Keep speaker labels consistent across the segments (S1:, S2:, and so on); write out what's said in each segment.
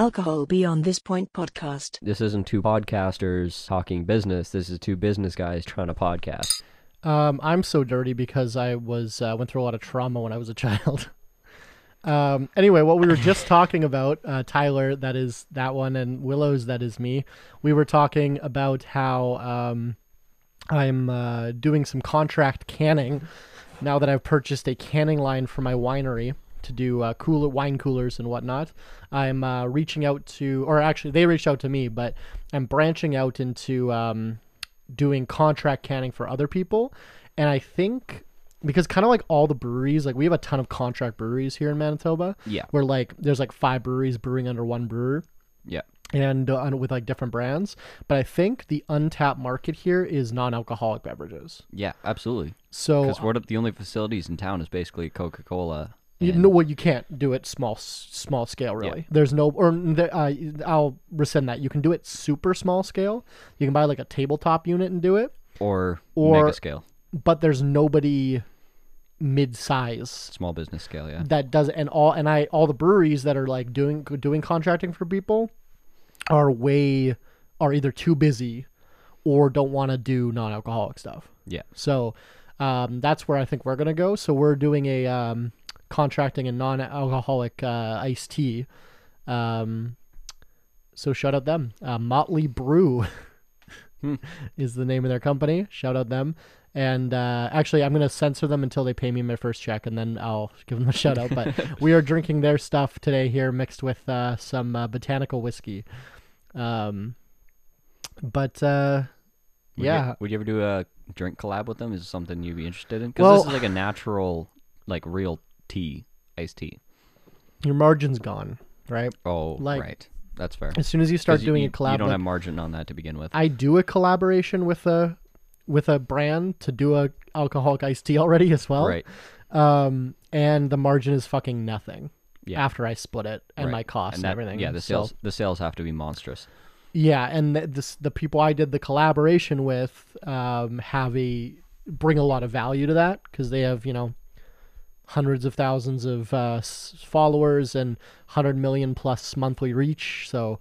S1: Alcohol Beyond This Point podcast.
S2: This isn't two podcasters talking business. This is two business guys trying to podcast.
S3: Um, I'm so dirty because I was uh, went through a lot of trauma when I was a child. um, anyway, what we were just talking about, uh, Tyler, that is that one, and Willows, that is me. We were talking about how um, I'm uh, doing some contract canning now that I've purchased a canning line for my winery to do uh, cooler wine coolers and whatnot. I'm uh, reaching out to, or actually, they reached out to me, but I'm branching out into um, doing contract canning for other people. And I think because kind of like all the breweries, like we have a ton of contract breweries here in Manitoba.
S2: Yeah.
S3: Where like there's like five breweries brewing under one brewer
S2: Yeah.
S3: and uh, and with like different brands. But I think the untapped market here is non-alcoholic beverages.
S2: Yeah, absolutely.
S3: So
S2: Because one of the only facilities in town is basically Coca Cola.
S3: You, no, well, you can't do it small, s- small scale. Really, there's no. Or mm, there- uh, I'll rescind that. You can do it super small scale. You can buy like a tabletop unit and do it,
S2: Or,
S3: Or-
S2: mega scale,
S3: but there's nobody mid-size
S2: small business scale. Yeah.
S3: that does. And all and I all the breweries that are like doing doing contracting for people are way are either too busy or don't want to do non-alcoholic stuff.
S2: Yeah.
S3: So um, that's where I think we're gonna go. So we're doing a um, contracting a non-alcoholic uh, iced tea. Um, so shout out them. Uh, Motley Brew
S2: Hmm.
S3: is the name of their company. Shout out them. And uh, actually, I'm gonna censor them until they pay me my first check, and then I'll give them a shout out. But we are drinking their stuff today here, mixed with uh, some uh, botanical whiskey. Um, but uh,
S2: Would
S3: yeah,
S2: You, would you ever do a drink collab with them? Is it something you'd be interested in? Because
S3: Well-
S2: this is like a natural, like real tea, iced tea.
S3: your margin's gone, right?
S2: Oh,
S3: Like-
S2: right. That's fair.
S3: As soon as you start
S2: 'Cause you-
S3: doing
S2: you,
S3: a collab,
S2: You don't
S3: like,
S2: have margin on that to begin with.
S3: I do a collaboration with a with a brand to do a alcoholic iced tea already as well.
S2: right.
S3: Um, and the margin is fucking nothing.
S2: Yeah.
S3: After I split it and
S2: right.
S3: my costs and,
S2: that-
S3: everything.
S2: Yeah, the
S3: So-
S2: sales the sales have to be monstrous.
S3: yeah, and th- this the people I did the collaboration with um, have a bring a lot of value to that because they have you know hundreds of thousands of uh, s- followers and hundred million plus monthly reach. So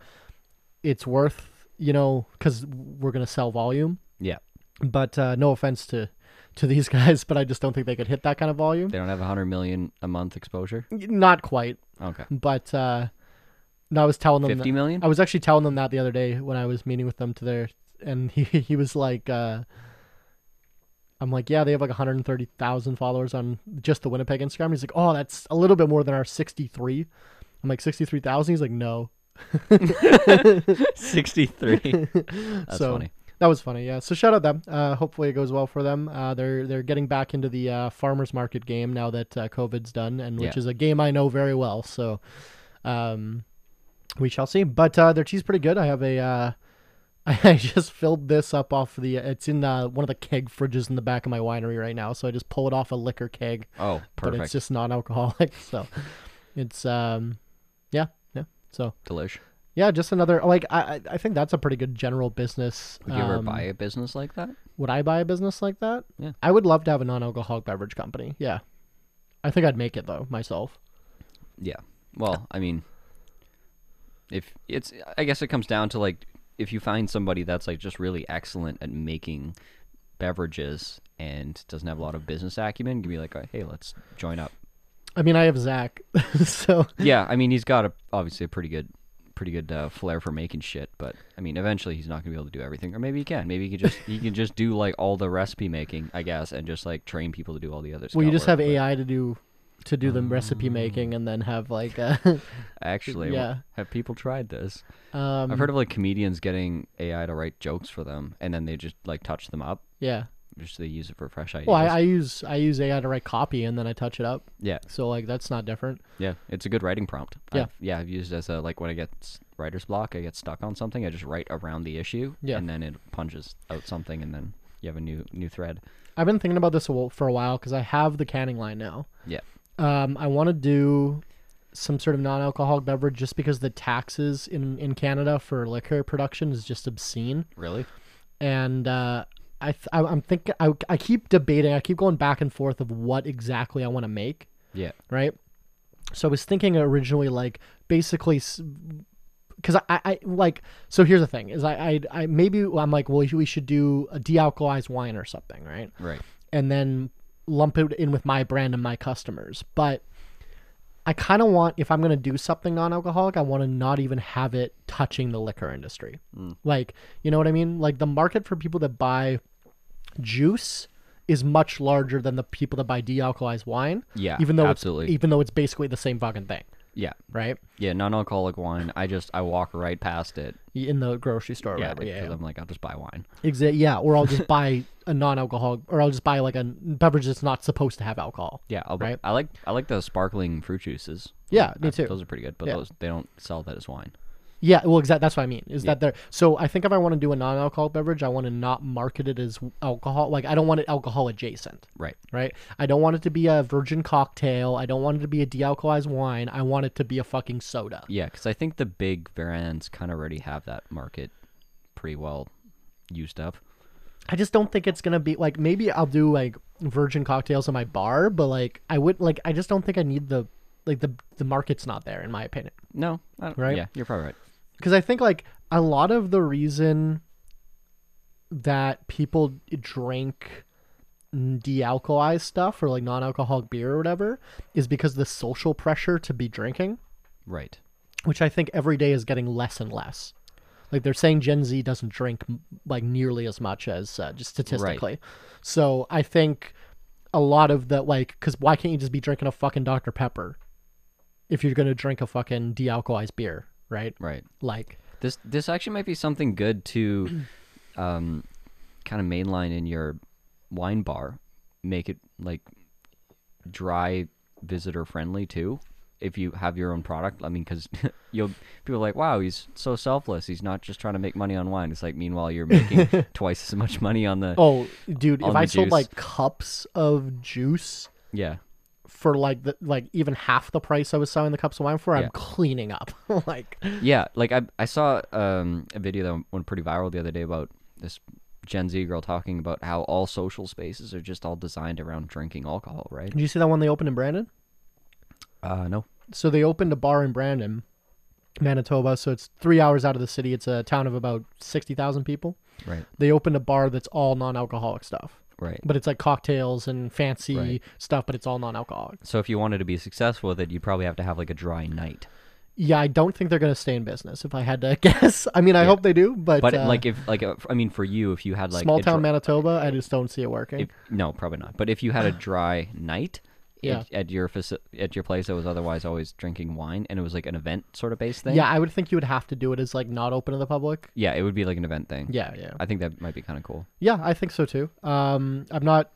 S3: it's worth you know because we're gonna sell volume.
S2: Yeah.
S3: But uh, no offense to to these guys, but I just don't think they could hit that kind of volume.
S2: They don't have 100 million a month exposure.
S3: Not quite,
S2: Okay.
S3: but uh, no, I was telling them that-
S2: 50 million?
S3: I was actually telling them that the other day when I was meeting with them to their, and he he was like, uh, I'm like, yeah, they have like 130,000 followers on just the Winnipeg Instagram. He's like, oh, that's a little bit more than our 63. I'm like 63,000. He's like, no.
S2: 63. That's
S3: So,
S2: funny.
S3: That was funny, yeah. So shout out them. Uh, hopefully it goes well for them. Uh, they're they're getting back into the uh, farmers market game now that uh, COVID's done, and which
S2: Yeah.
S3: is a game I know very well. So, um, we shall see. But uh, their tea's pretty good. I have a. Uh, I just filled this up off the. It's in uh, one of the keg fridges in the back of my winery right now. So I just pull it off a liquor keg,
S2: Oh,
S3: but it's
S2: perfect.
S3: just non-alcoholic. So, it's um, yeah, yeah. So
S2: Delish.
S3: yeah, just another like I I- I think that's a pretty good general business.
S2: Would you ever
S3: um,
S2: buy a business like that?
S3: would I buy a business like that?
S2: Yeah.
S3: I would love to have a non-alcoholic beverage company. Yeah. I think I'd make it though myself.
S2: Yeah. Well, I mean, if it's, I guess it comes down to like, if you find somebody that's like just really excellent at making beverages and doesn't have a lot of business acumen, you can be like, hey, let's join up.
S3: I mean, I have Zach, so
S2: yeah, I mean, he's got a, obviously a pretty good, pretty good uh, flair for making shit. But I mean, eventually he's not gonna be able to do everything, or maybe he can. Maybe he can just he can just do like all the recipe making, I guess, and just like train people to do all the other.
S3: well, you
S2: scout
S3: just have
S2: work, but Mm.
S3: AI to do to do the recipe making and then have like uh
S2: Actually,
S3: Yeah.
S2: have people tried this?
S3: um
S2: I've heard of like comedians getting AI to write jokes for them, and then they just like touch them up.
S3: yeah.
S2: Just they use it for fresh ideas.
S3: Well, I, I use I use AI to write copy and then I touch it up.
S2: yeah,
S3: So like that's not different.
S2: yeah, it's a good writing prompt.
S3: Yeah.
S2: I've, yeah, I've used as a like when I get s- writer's block, I get stuck on something, I just write around the issue,
S3: Yeah.
S2: and then it punches out something, and then you have a new new thread.
S3: I've been thinking about this a wh- for a while cuz I have the canning line now.
S2: Yeah.
S3: Um, I want to do some sort of non-alcoholic beverage just because the taxes in in Canada for liquor production is just obscene,
S2: Really?
S3: and uh, I, th- I I'm thinking I I keep debating, I keep going back and forth of what exactly I want to make,
S2: Yeah.
S3: right? So I was thinking originally like basically s- because I, I like so here's the thing is I, I I maybe I'm like well we should do a de-alkalized wine or something right
S2: Right.
S3: and then lump it in with my brand and my customers but I kind of want if I'm gonna do something non-alcoholic I want to not even have it touching the liquor industry
S2: Mm.
S3: like you know what I mean like the market for people that buy juice is much larger than the people that buy de-alkalized wine
S2: Yeah,
S3: even though it's,
S2: absolutely.
S3: even though it's basically the same fucking thing
S2: Yeah.
S3: right
S2: Yeah. Non-alcoholic wine. I just I walk right past it.
S3: in the grocery store
S2: Yeah.
S3: right?
S2: like, 'cause I'm like I'll just buy wine.
S3: Exa- yeah, or I'll just buy a non-alcoholic, or I'll just buy like a beverage that's not supposed to have alcohol.
S2: Yeah. I'll, bu-
S3: Right.
S2: I like I like the sparkling fruit juices.
S3: Yeah, me
S2: I-
S3: too.
S2: Those are pretty good, but
S3: Yeah.
S2: those they don't sell that as wine.
S3: Yeah, well, exactly. That's what I mean. Is that there? So I think if I want to do a non-alcoholic beverage, I want to not market it as alcohol. Like I don't want it alcohol adjacent.
S2: Right.
S3: Right. I don't want it to be a virgin cocktail. I don't want it to be a de-alkalized wine. I want it to be a fucking soda.
S2: Yeah, because I think the big brands kind of already have that market pretty well used up.
S3: I just don't think it's gonna be like maybe I'll do like virgin cocktails in my bar, but like I would like I just don't think I need the like the the market's not there in my opinion.
S2: No, I don't,
S3: Right?
S2: Yeah, you're probably right.
S3: because I think like a lot of the reason that people drink de-alkalized stuff or like non-alcoholic beer or whatever is because the social pressure to be drinking,
S2: Right.
S3: which I think every day is getting less and less. Like they're saying Gen Z doesn't drink m- like nearly as much as uh, just statistically. So I think a lot of the like cuz why can't you just be drinking a fucking Dr Pepper if you're going to drink a fucking de-alkalized beer, right?
S2: Right.
S3: Like
S2: This this actually might be something good to um, kind of mainline in your wine bar. Make it like dry visitor friendly too. If you have your own product, I mean, because you'll people are like, wow, he's so selfless. He's not just trying to make money on wine. It's like, meanwhile, you're making twice as much money on the.
S3: Oh, dude,
S2: on
S3: if I
S2: the
S3: sold
S2: juice.
S3: like cups of juice
S2: Yeah.
S3: for like the like even half the price I was selling the cups of wine for,
S2: Yeah.
S3: I'm cleaning up. like
S2: Yeah, like I I saw um, a video that went pretty viral the other day about this Gen Z girl talking about how all social spaces are just all designed around drinking alcohol, right?
S3: Did you see that one they opened in Brandon?
S2: Uh, no.
S3: So they opened a bar in Brandon, Manitoba, so it's 3 hours out of the city. It's a town of about 60,000 people.
S2: Right.
S3: They opened a bar that's all non-alcoholic stuff.
S2: Right.
S3: But it's like cocktails and fancy
S2: Right.
S3: stuff, but it's all non-alcoholic.
S2: So if you wanted to be successful with it, you'd probably have to have like a dry night.
S3: Yeah, I don't think they're going to stay in business if I had to guess. I mean, I hope they do, but,
S2: But
S3: uh,
S2: like if like uh, I mean for you, if you had like
S3: small
S2: a
S3: town
S2: dry-
S3: Manitoba, I just don't see it working.
S2: if, no, probably not. But if you had a dry night.
S3: Yeah.
S2: At, at your faci- at your place that was otherwise always drinking wine and it was like an event sort of based thing.
S3: Yeah, I would think you would have to do it as like not open to the public.
S2: Yeah, it would be like an event thing.
S3: Yeah, yeah,
S2: I think that might be kind of cool.
S3: yeah. I think so too. Um, I'm not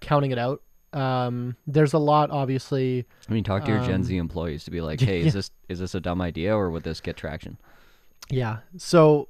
S3: counting it out. Um, there's a lot, obviously.
S2: I mean, talk to your
S3: Um,
S2: Gen Z employees to be like, "Hey, is this is this a dumb idea, or would this get traction?"
S3: Yeah. So,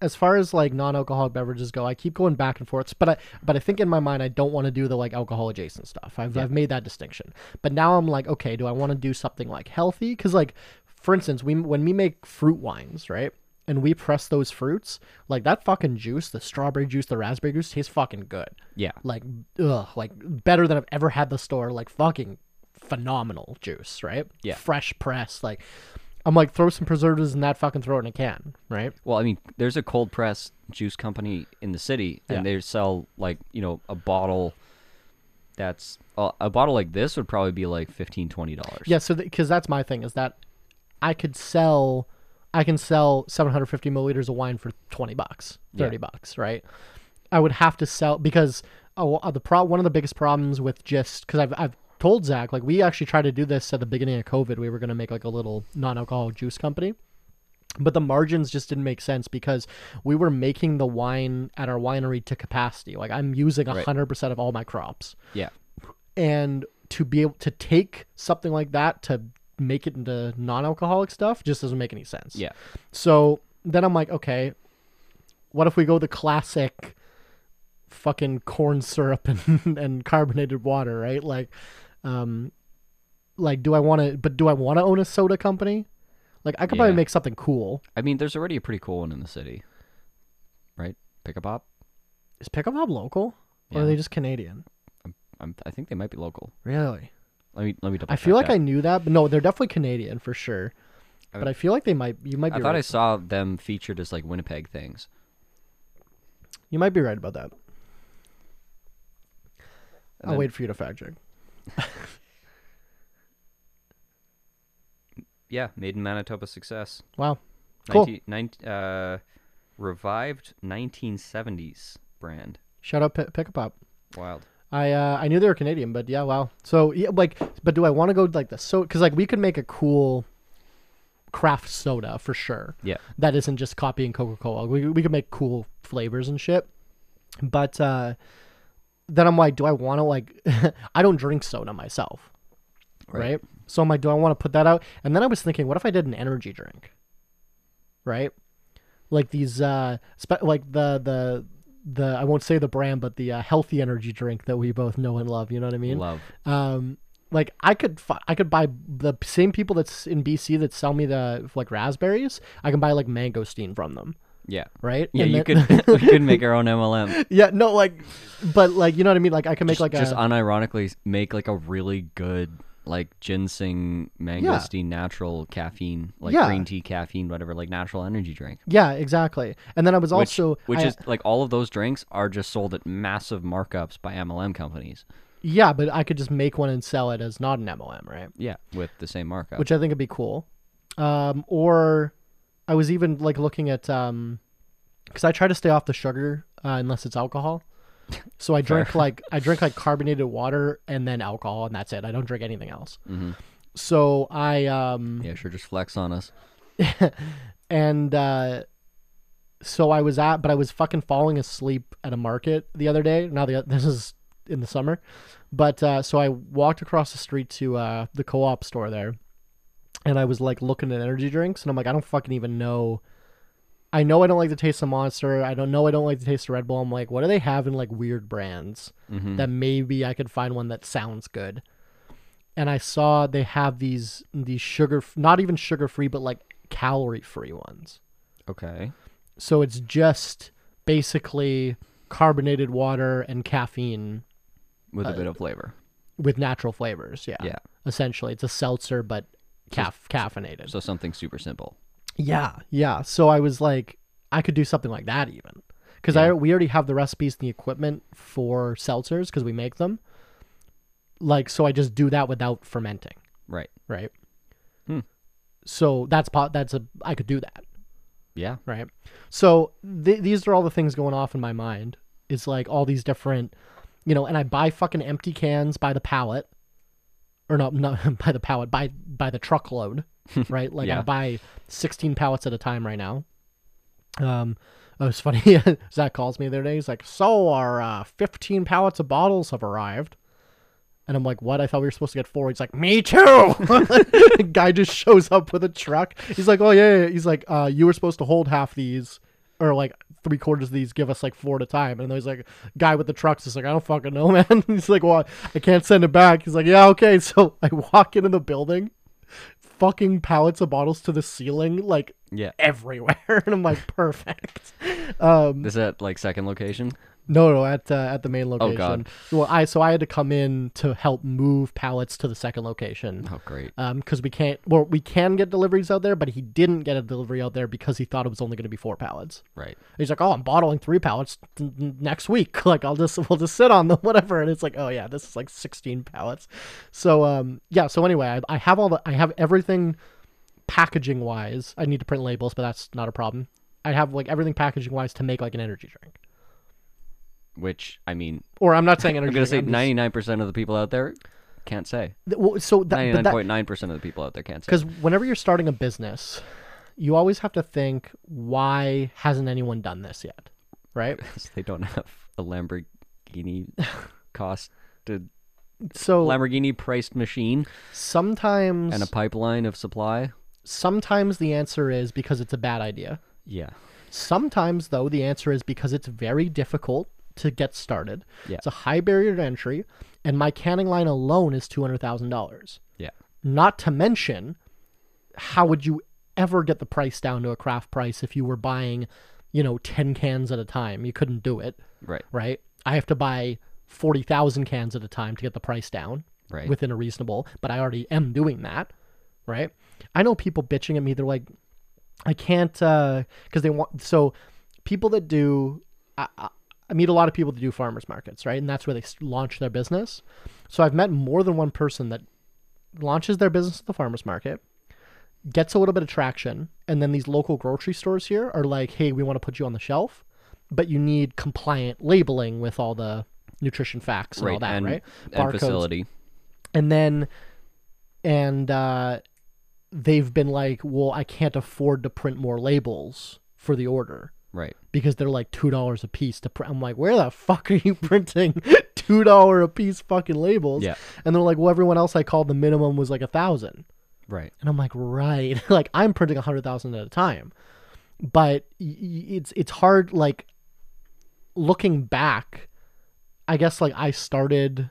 S3: as far as like non-alcoholic beverages go, I keep going back and forth. But I, but I think in my mind, I don't want to do the like alcohol adjacent stuff. I've I've made that distinction. But now I'm like, okay, do I want to do something like healthy? Because like, for instance, we when we make fruit wines, right? And we press those fruits, like that fucking juice, the strawberry juice, the raspberry juice, tastes fucking good.
S2: Yeah,
S3: like ugh, like better than I've ever had the store. Like fucking phenomenal juice, right?
S2: Yeah.
S3: fresh press. Like I'm like throw some preservatives in that fucking throw it in a can, right?
S2: well, I mean, there's a cold press juice company in the city, and
S3: Yeah.
S2: they sell like you know a bottle. That's uh, a bottle like this would probably be like 15 dollars.
S3: Yeah, so because that's my thing is that I could sell, I can sell 750 milliliters of wine for 20 bucks, 30
S2: Yeah.
S3: bucks, right? I would have to sell because oh, uh, the pro- one of the biggest problems with just because I've I've told Zach like we actually tried to do this at the beginning of COVID. We were gonna make like a little non-alcoholic juice company. But the margins just didn't make sense because we were making the wine at our winery to capacity. Like I'm using 100% of all my crops
S2: yeah,
S3: and to be able to take something like that to make it into non-alcoholic stuff just doesn't make any sense.
S2: yeah.
S3: So then I'm like, okay, what if we go the classic fucking corn syrup and, and carbonated water, right? Like um like do I want to but do I want to own a soda company? Like I could
S2: Yeah.
S3: probably make something cool.
S2: I mean, there's already a pretty cool one in the city, right? Pick a pop.
S3: Is Pick 'em Up local?
S2: Yeah.
S3: Or are they just Canadian?
S2: I'm, I think they might be local.
S3: Really?
S2: Let me let me double.
S3: I feel like
S2: check
S3: I knew that, but no, they're definitely Canadian for sure.
S2: I-
S3: but I feel like they might. You might be.
S2: I thought
S3: right.
S2: I saw them featured as like Winnipeg things.
S3: You might be right about that. I'll
S2: then-
S3: Oh, wait for you to fact check.
S2: Yeah, made in Manitoba success.
S3: Wow. Cool.
S2: 19 nine- uh, revived 1970s brand.
S3: Shout out P- Pick a Pop.
S2: Wild.
S3: I uh, I knew they were Canadian, but yeah, wow. So yeah, like, but do I want to go like the so? Because like we could make a cool craft soda for sure.
S2: Yeah.
S3: That isn't just copying Coca Cola. We we could make cool flavors and shit. But uh, then I'm like, do I want to like? I don't drink soda myself, right?
S2: Right.
S3: So I'm like, do I want to put that out? And then I was thinking, what if I did an energy drink? Right. Like these, uh, spe- like the the the I won't say the brand, but the uh, healthy energy drink that we both know and love. You know what I mean?
S2: Love.
S3: um like i could fi- i could buy the same people that's in bc that sell me the like raspberries i can buy like mangosteen from them
S2: Yeah.
S3: right
S2: Yeah,
S3: And
S2: you
S3: then-
S2: could we could make our own MLM.
S3: yeah no like but like you know what i mean like i can make
S2: just,
S3: like
S2: just
S3: a
S2: unironically make like a really good like ginseng mangosteen natural caffeine like
S3: Yeah.
S2: green tea caffeine whatever like natural energy drink.
S3: yeah exactly and then i was
S2: Which,
S3: also
S2: which
S3: I-
S2: is like all of those drinks are just sold at massive markups by MLM companies.
S3: yeah but i could just make one and sell it as not an mlm right
S2: Yeah, with the same markup.
S3: which i think would be cool um or i was even like looking at um because i try to stay off the sugar uh, unless it's alcohol so i drink like i drink like carbonated water and then alcohol and that's it i don't drink anything else
S2: Mhm.
S3: so i um
S2: yeah, sure. Just flex on us.
S3: and uh so i was at but i was fucking falling asleep at a market the other day now the, this is in the summer but uh so i walked across the street to uh the co-op store there and i was like looking at energy drinks and i'm like i don't fucking even know i know i don't like the taste of monster i don't know i don't like the taste of red bull i'm like what do they have in like weird brands
S2: Mhm.
S3: that maybe i could find one that sounds good and i saw they have these these sugar not even sugar free but like calorie free ones
S2: Okay.
S3: so it's just basically carbonated water and caffeine
S2: With a bit of flavor.
S3: with natural flavors. Uh, Yeah.
S2: Yeah.
S3: Essentially, it's a seltzer but caf- caffeinated.
S2: So something super simple.
S3: yeah. Yeah. So I was like, I could do something like that even because I we already have the recipes and the equipment for seltzers because we make them. Like, so I just do that without fermenting.
S2: Right.
S3: Right.
S2: Hmm.
S3: So that's pot. That's a I could do that.
S2: Yeah.
S3: right? So th- these are all the things going off in my mind. It's like all these different, you know, and I buy fucking empty cans by the pallet, or no, not by the pallet, by by the truckload, right? Like
S2: Yeah.
S3: I buy sixteen pallets at a time right now. Um, it was funny. Zach calls me the other day. He's like, "So our uh, fifteen pallets of bottles have arrived." And I'm like, what? I thought we were supposed to get four. He's like, me too. Guy just shows up with a truck. He's like, oh yeah. yeah, yeah." He's like, uh, you were supposed to hold half these, or like three quarters of these. Give us like four at a time. And then he's like, guy with the trucks is like, I don't fucking know, man. he's like, well, I can't send it back. He's like, yeah, okay. So I walk into the building, fucking pallets of bottles to the ceiling, like
S2: Yeah.
S3: everywhere, and I'm like, perfect. Um,
S2: Is that like second location?
S3: no, no, at uh, at the main location.
S2: God.
S3: Well, I so I had to come in to help move pallets to the second location.
S2: Oh, great.
S3: Um, because we can't. Well, we can get deliveries out there, but he didn't get a delivery out there because he thought it was only going to be four pallets.
S2: Right.
S3: He's like, "Oh, I'm bottling three pallets n- n- next week. Like, I'll just we'll just sit on them, whatever." And it's like, "Oh yeah, this is like 16 pallets." So um, yeah. So anyway, I, I have all the I have everything packaging wise. I need to print labels, but that's not a problem. I have like everything packaging wise to make like an energy drink.
S2: Which I mean,
S3: Or I'm not saying energy.
S2: I'm gonna say
S3: drink, I'm just-
S2: 99 percent of the people out there can't say.
S3: Th- well, so that, but that
S2: 99.9 percent of the people out there can't say.
S3: because whenever you're starting a business, you always have to think, why hasn't anyone done this yet? Right.
S2: because they don't have a Lamborghini costed
S3: So
S2: Lamborghini priced machine
S3: sometimes,
S2: and a pipeline of supply.
S3: sometimes the answer is because it's a bad idea.
S2: Yeah.
S3: Sometimes, though, the answer is because it's very difficult to get started.
S2: Yeah.
S3: It's a high barrier to entry, and my canning line alone is two hundred thousand dollars.
S2: Yeah.
S3: Not to mention, how would you ever get the price down to a craft price if you were buying, you know, 10 cans at a time? You couldn't do it,
S2: Right.
S3: right? I have to buy 40,000 cans at a time to get the price down
S2: Right.
S3: within a reasonable, but I already am doing that, right? I know people bitching at me. They're like, I can't because they want. So people that do, I, I- I meet a lot of people that do farmers markets, right? And that's where they s- launch their business. So I've met more than one person that launches their business at the farmers market, gets a little bit of traction, and then these local grocery stores here are like, "Hey, we want to put you on the shelf, but you need compliant labeling with all the nutrition facts and all
S2: right
S3: that,
S2: and,
S3: right?
S2: and
S3: Barcodes."
S2: facility
S3: and then and uh they've been like well i can't afford to print more labels for the order
S2: right
S3: because they're like two dollars a piece to print i'm like where the fuck are you printing two dollar a piece fucking labels
S2: Yeah.
S3: and they're like well everyone else i called the minimum was like a thousand
S2: right
S3: and i'm like right like i'm printing a hundred thousand at a time but y- y- it's it's hard like looking back i guess like i started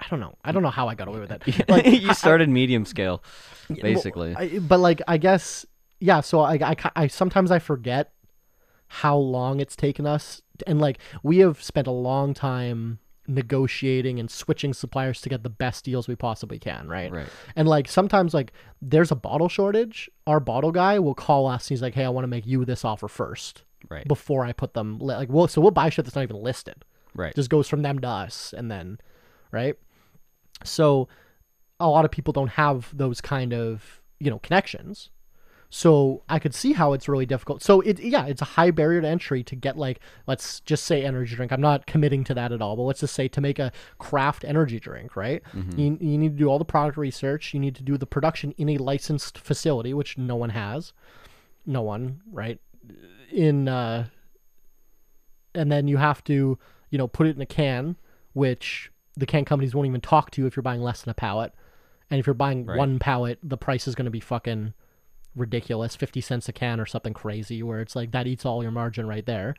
S3: i don't know i don't know how i got away with that like
S2: you
S3: I-
S2: started medium scale
S3: I-
S2: basically
S3: I- but like i guess yeah so I, I ki- i sometimes i forget how long it's taken us and like we have spent a long time negotiating and switching suppliers to get the best deals we possibly can right
S2: right
S3: and like sometimes like there's a bottle shortage, our bottle guy will call us and he's like, "Hey, I want to make you this offer first
S2: right
S3: before I put them li- like well, so we'll buy shit that's not even listed.
S2: right
S3: It just goes from them to us and then, right? So a lot of people don't have those kind of, you know, connections. So I could see how it's really difficult. So it yeah, it's a high barrier to entry to get like let's just say energy drink. I'm not committing to that at all, but let's just say to make a craft energy drink, right?
S2: Mm-hmm.
S3: You, you need to do all the product research. You need to do the production in a licensed facility, which no one has. No one, right? In uh and then you have to, you know, put it in a can, which the can companies won't even talk to you if you're buying less than a pallet. And if you're buying
S2: Right.
S3: one pallet, the price is going to be fucking ridiculous 50 cents a can or something crazy where it's like that eats all your margin right there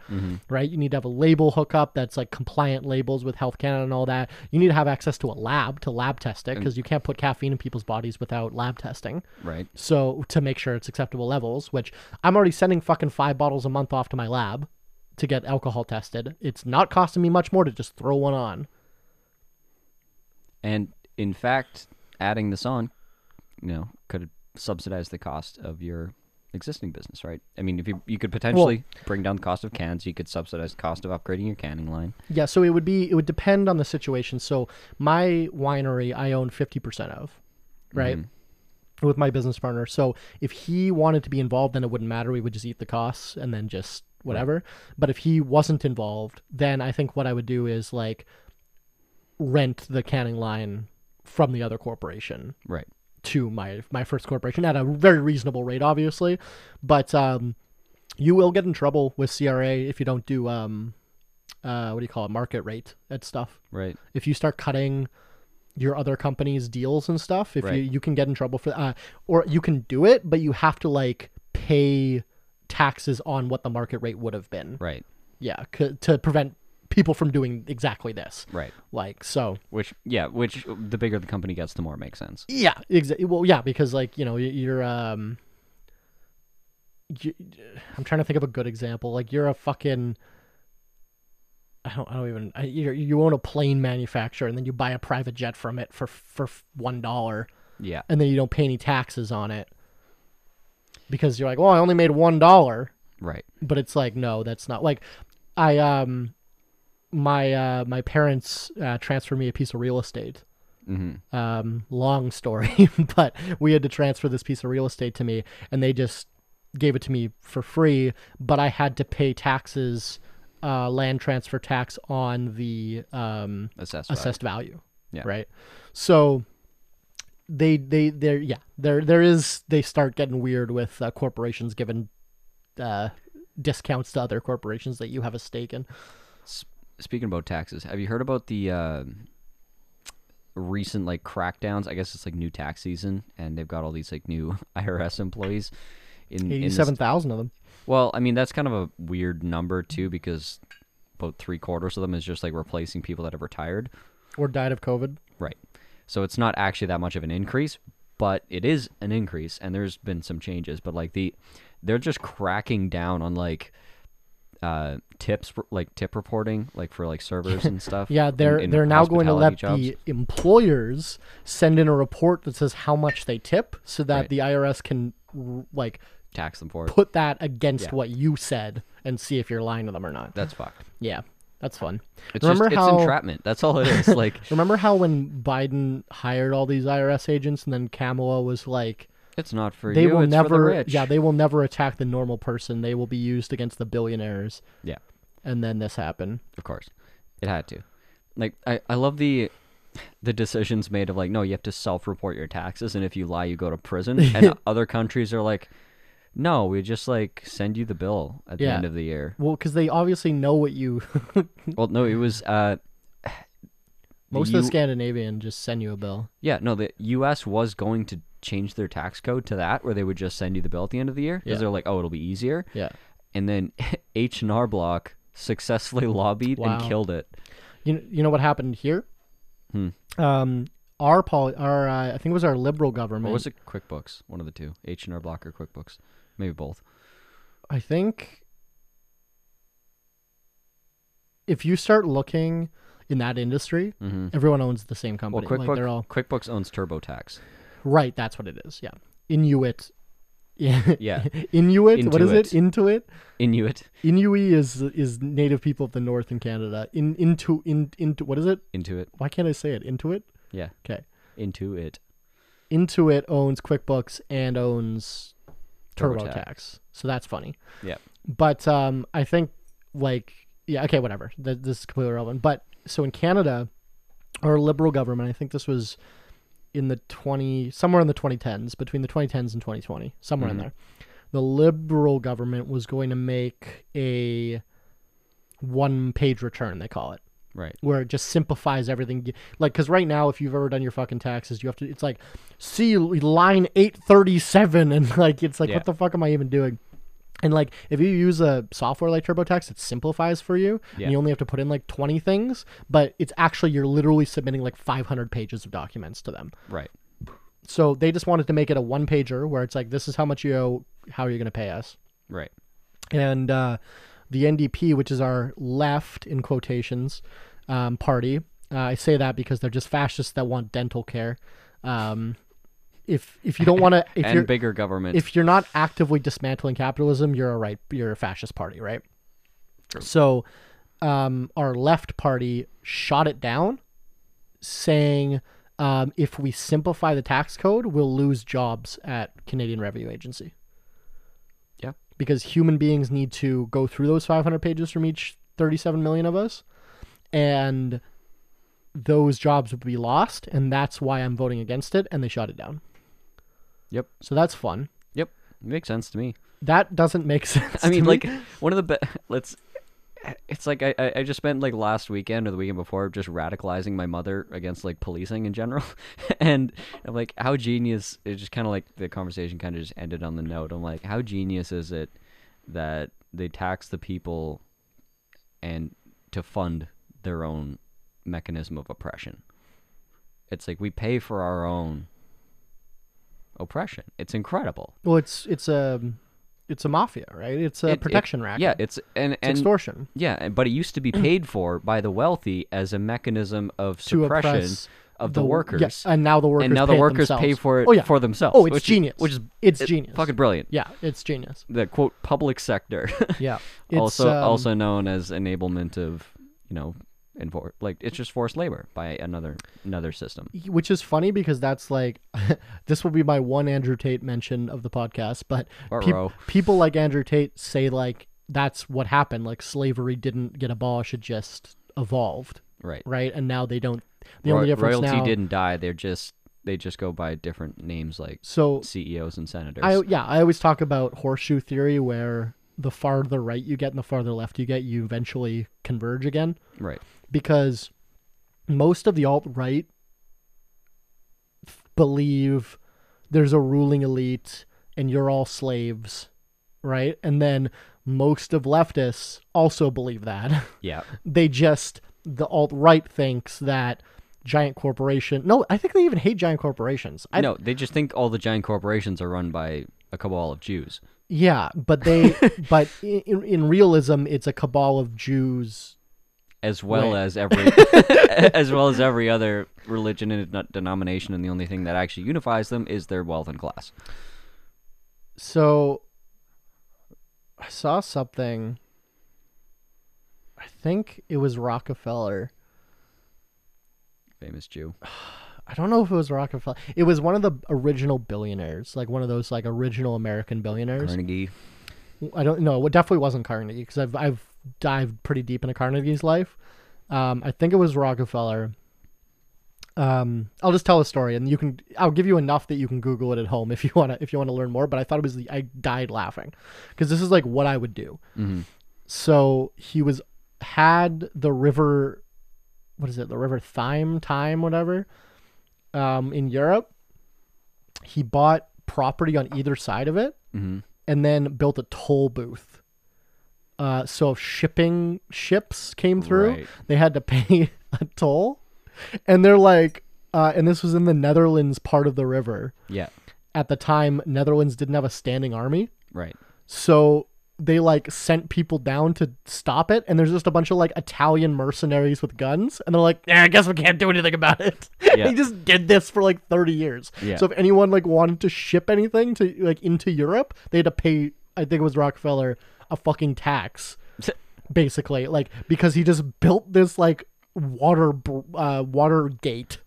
S3: right you need to have a label hookup that's like compliant labels with health canada and all that you need to have access to a lab to lab test it because you can't put caffeine in people's bodies without lab testing
S2: right
S3: so to make sure it's acceptable levels which i'm already sending fucking five bottles a month off to my lab to get alcohol tested it's not costing me much more to just throw one on
S2: and in fact adding this on you know could subsidize the cost of your existing business right i mean if you, you could potentially bring down the cost of cans you could subsidize the cost of upgrading your canning line
S3: Yeah, so it would be it would depend on the situation. So my winery I own 50% of, right? With my business partner. So if he wanted to be involved then it wouldn't matter. We would just eat the costs and then just whatever. But if he wasn't involved, then I think what I would do is like rent the canning line from the other corporation
S2: right
S3: to my my first corporation at a very reasonable rate, obviously. But um, you will get in trouble with CRA if you don't do um, uh, what do you call it, market rate at stuff.
S2: right
S3: If you start cutting your other company's deals and stuff, if you
S2: Right.
S3: you can get in trouble for uh, or you can do it, but you have to like pay taxes on what the market rate would have been.
S2: right
S3: Yeah, c- to prevent people from doing exactly this.
S2: right
S3: Like so.
S2: which yeah which the bigger the company gets the more it makes sense
S3: Yeah, exactly. Well, yeah, because like you know y- you're um, you, I'm trying to think of a good example. Like you're a fucking. I don't, I don't even I, you you own a plane manufacturer and then you buy a private jet from it for for one dollar
S2: yeah
S3: and then you don't pay any taxes on it because you're like well I only made one dollar
S2: right
S3: but it's like no that's not like I um my uh my parents uh, transferred me a piece of real estate
S2: mm-hmm.
S3: um, long story, but we had to transfer this piece of real estate to me, and they just gave it to me for free. But I had to pay taxes, uh, land transfer tax on the um,
S2: assess value.
S3: assessed value.
S2: Yeah.
S3: Right. So they they there yeah there there is they start getting weird with uh, corporations giving uh, discounts to other corporations that you have a stake in.
S2: speaking about taxes, have you heard about the uh, recent like crackdowns? I guess it's like new tax season, and they've got all these like new IRS employees. In, in
S3: Eighty
S2: this-
S3: seven thousand of them.
S2: well, I mean that's kind of a weird number too, because about three quarters of them is just like replacing people that have retired.
S3: Or died of COVID.
S2: Right. So it's not actually that much of an increase, but it is an increase, and there's been some changes. But like the, they're just cracking down on like, uh, tips r- like tip reporting like for like servers and stuff.
S3: Yeah,
S2: in-
S3: they're
S2: in
S3: they're now going to let
S2: hospitality jobs.
S3: the employers send in a report that says how much they tip, so that
S2: Right.
S3: the IRS can r- like
S2: tax them for it.
S3: put that against
S2: Yeah.
S3: what you said and see if you're lying to them or not.
S2: That's fucked.
S3: yeah, that's fun.
S2: It's
S3: Remember
S2: just
S3: how-
S2: it's entrapment. That's all it is. Like
S3: Remember how when Biden hired all these IRS agents, and then Kamala was like,
S2: it's not for
S3: "They
S2: you.
S3: will
S2: it's for the
S3: never,
S2: rich.
S3: yeah, they will never attack the normal person. They will be used against the billionaires."
S2: yeah.
S3: And then this happened.
S2: Of course, it had to. Like I, I love the the decisions made of like no, you have to self-report your taxes, and if you lie, you go to prison. and other countries are like, no, we just like send you the bill at the
S3: Yeah.
S2: end of the year.
S3: Well, because they obviously know what you.
S2: Well, no, it was uh, the
S3: Most
S2: U-
S3: of the Scandinavian just send you a bill.
S2: yeah, no, the U.S. was going to change their tax code to that, where they would just send you the bill at the end of the year because
S3: Yeah.
S2: they're like, oh, it'll be easier.
S3: Yeah.
S2: And then H and R Block successfully lobbied
S3: Wow.
S2: and killed it.
S3: You know, you know what happened here?
S2: Hmm.
S3: Um, our pol- our uh, I think it was our liberal government.
S2: Or was it QuickBooks? One of the two, H and R Block or QuickBooks, maybe both.
S3: I think if you start looking in that industry,
S2: Mm-hmm.
S3: everyone owns the same
S2: Well,
S3: company.
S2: QuickBooks,
S3: like they're all
S2: QuickBooks owns TurboTax.
S3: right. That's what it is. Yeah, Inuit. Yeah.
S2: Yeah.
S3: Inuit. What is it?
S2: Intuit.
S3: Intuit.
S2: Inuit.
S3: Inuit is is native people of the north in Canada. In into in into what is it?
S2: Intuit.
S3: Why can't I say it? Intuit.
S2: Yeah.
S3: Okay.
S2: Intuit.
S3: Intuit owns QuickBooks and owns
S2: TurboTax.
S3: TurboTax. So that's funny.
S2: Yeah.
S3: But um, I think like yeah, okay, whatever. Th- this is completely relevant. But so in Canada, our liberal government, I think this was in the twenty somewhere in the twenty tens, between the twenty tens and twenty twenty, somewhere
S2: Mhm.
S3: in there. The liberal government was going to make a one page return, they call it
S2: Right.
S3: where it just simplifies everything. Like, because right now, if you've ever done your fucking taxes, you have to. It's like, see line eight thirty seven, and like, it's like,
S2: Yeah.
S3: what the fuck am I even doing? And like, if you use a software like TurboTax, it simplifies for you,
S2: Yeah.
S3: and you only have to put in like twenty things. But it's actually you're literally submitting like five hundred pages of documents to them.
S2: Right.
S3: So they just wanted to make it a one pager where it's like, this is how much you owe, how you're gonna pay us
S2: Right.
S3: and uh, the NDP, which is our left in quotations um, party. Uh, I say that because they're just fascists that want dental care. Um, if if you don't want to, if you're
S2: and bigger government.
S3: if you're not actively dismantling capitalism, you're a right, you're a fascist party, right? So, um, our left party shot it down, saying. Um, if we simplify the tax code, we'll lose jobs at Canadian Revenue Agency
S2: yeah.
S3: because human beings need to go through those 500 pages from each 37 million of us and those jobs would be lost and that's why i'm voting against it and they shot it down
S2: Yep.
S3: so that's fun
S2: Yep. Makes sense to me.
S3: that doesn't make sense
S2: I mean,
S3: to me.
S2: like one of the be- let's. It's like I, I I just spent like last weekend or the weekend before just radicalizing my mother against like policing in general, and I'm like, how genius? It just kind of like the conversation kind of just ended on the note. I'm like, how genius is it that they tax the people, and to fund their own mechanism of oppression? It's like we pay for our own oppression. It's incredible.
S3: well it's it's a it's a mafia right it's a
S2: It- it-
S3: protection racket
S2: Yeah, it's and
S3: it's
S2: and
S3: extortion
S2: Yeah, and- but it used to
S3: Mm.
S2: be paid for by the wealthy as a mechanism of
S3: to
S2: suppression
S3: oppress
S2: of the, workers.
S3: yeah, and now the workers
S2: and now
S3: pay
S2: the
S3: it
S2: workers pay
S3: themselves.
S2: for it
S3: oh yeah
S2: for themselves.
S3: oh it's
S2: which is-
S3: genius
S2: which is
S3: it's
S2: it-
S3: genius
S2: fucking brilliant.
S3: yeah it's genius
S2: The quote public sector,
S3: yeah it's,
S2: also
S3: um,
S2: also known as enablement of you know, enfor- like it's just forced labor by another another system.
S3: which is funny because that's like this will be my one Andrew Tate mention of the podcast, but
S2: Or
S3: peop-
S2: row.
S3: people like Andrew Tate say like that's what happened. Like slavery didn't get abolished; it just evolved,
S2: Right.
S3: right? And now they don't. The
S2: Roy-
S3: only difference
S2: royalty
S3: now,
S2: didn't die. They're just they just go by different names like
S3: so
S2: CEOs and senators.
S3: I yeah, I always talk about horseshoe theory, where the farther right you get and the farther left you get, you eventually converge again.
S2: right.
S3: because most of the alt right believe there's a ruling elite and you're all slaves, right? And then most of leftists also believe that.
S2: Yeah.
S3: they just the alt right thinks that giant corporation. No, I think they even hate giant corporations. I
S2: no, they just think all the giant corporations are run by a cabal of Jews.
S3: Yeah, but they but i- in, in realism, it's a cabal of Jews.
S2: as well
S3: Right.
S2: as every as well as every other religion and not denomination and the only thing that actually unifies them is their wealth and class
S3: So I saw something. I think it was Rockefeller.
S2: famous jew
S3: I don't know if it was Rockefeller. It was one of the original billionaires, like one of those like original American billionaires.
S2: carnegie
S3: I don't know. It definitely wasn't Carnegie because I've I've dived pretty deep into Carnegie's life. Um, I think it was Rockefeller. Um, I'll just tell a story, and you can. I'll give you enough that you can Google it at home if you wanna if you wanna learn more. But I thought it was the I died laughing because this is like what I would do.
S2: Mhm.
S3: So he was had the river, what is it? The river Thyme, Time, whatever. Um, in Europe, he bought property on either side of it
S2: hmm
S3: and then built a toll booth. Uh, so if shipping ships came through,
S2: Right.
S3: they had to pay a toll, and they're like, uh, and this was in the Netherlands part of the river.
S2: yeah
S3: At the time, Netherlands didn't have a standing army,
S2: right
S3: so they like sent people down to stop it. And there's just a bunch of like Italian mercenaries with guns, and they're like, "Yeah, I guess we can't do anything about it."
S2: Yeah.
S3: they just did this for like 30 years.
S2: Yeah.
S3: So if anyone like wanted to ship anything to like into Europe, they had to pay. I think it was Rockefeller a fucking tax, basically, like because he just built this like water br- uh, water gate,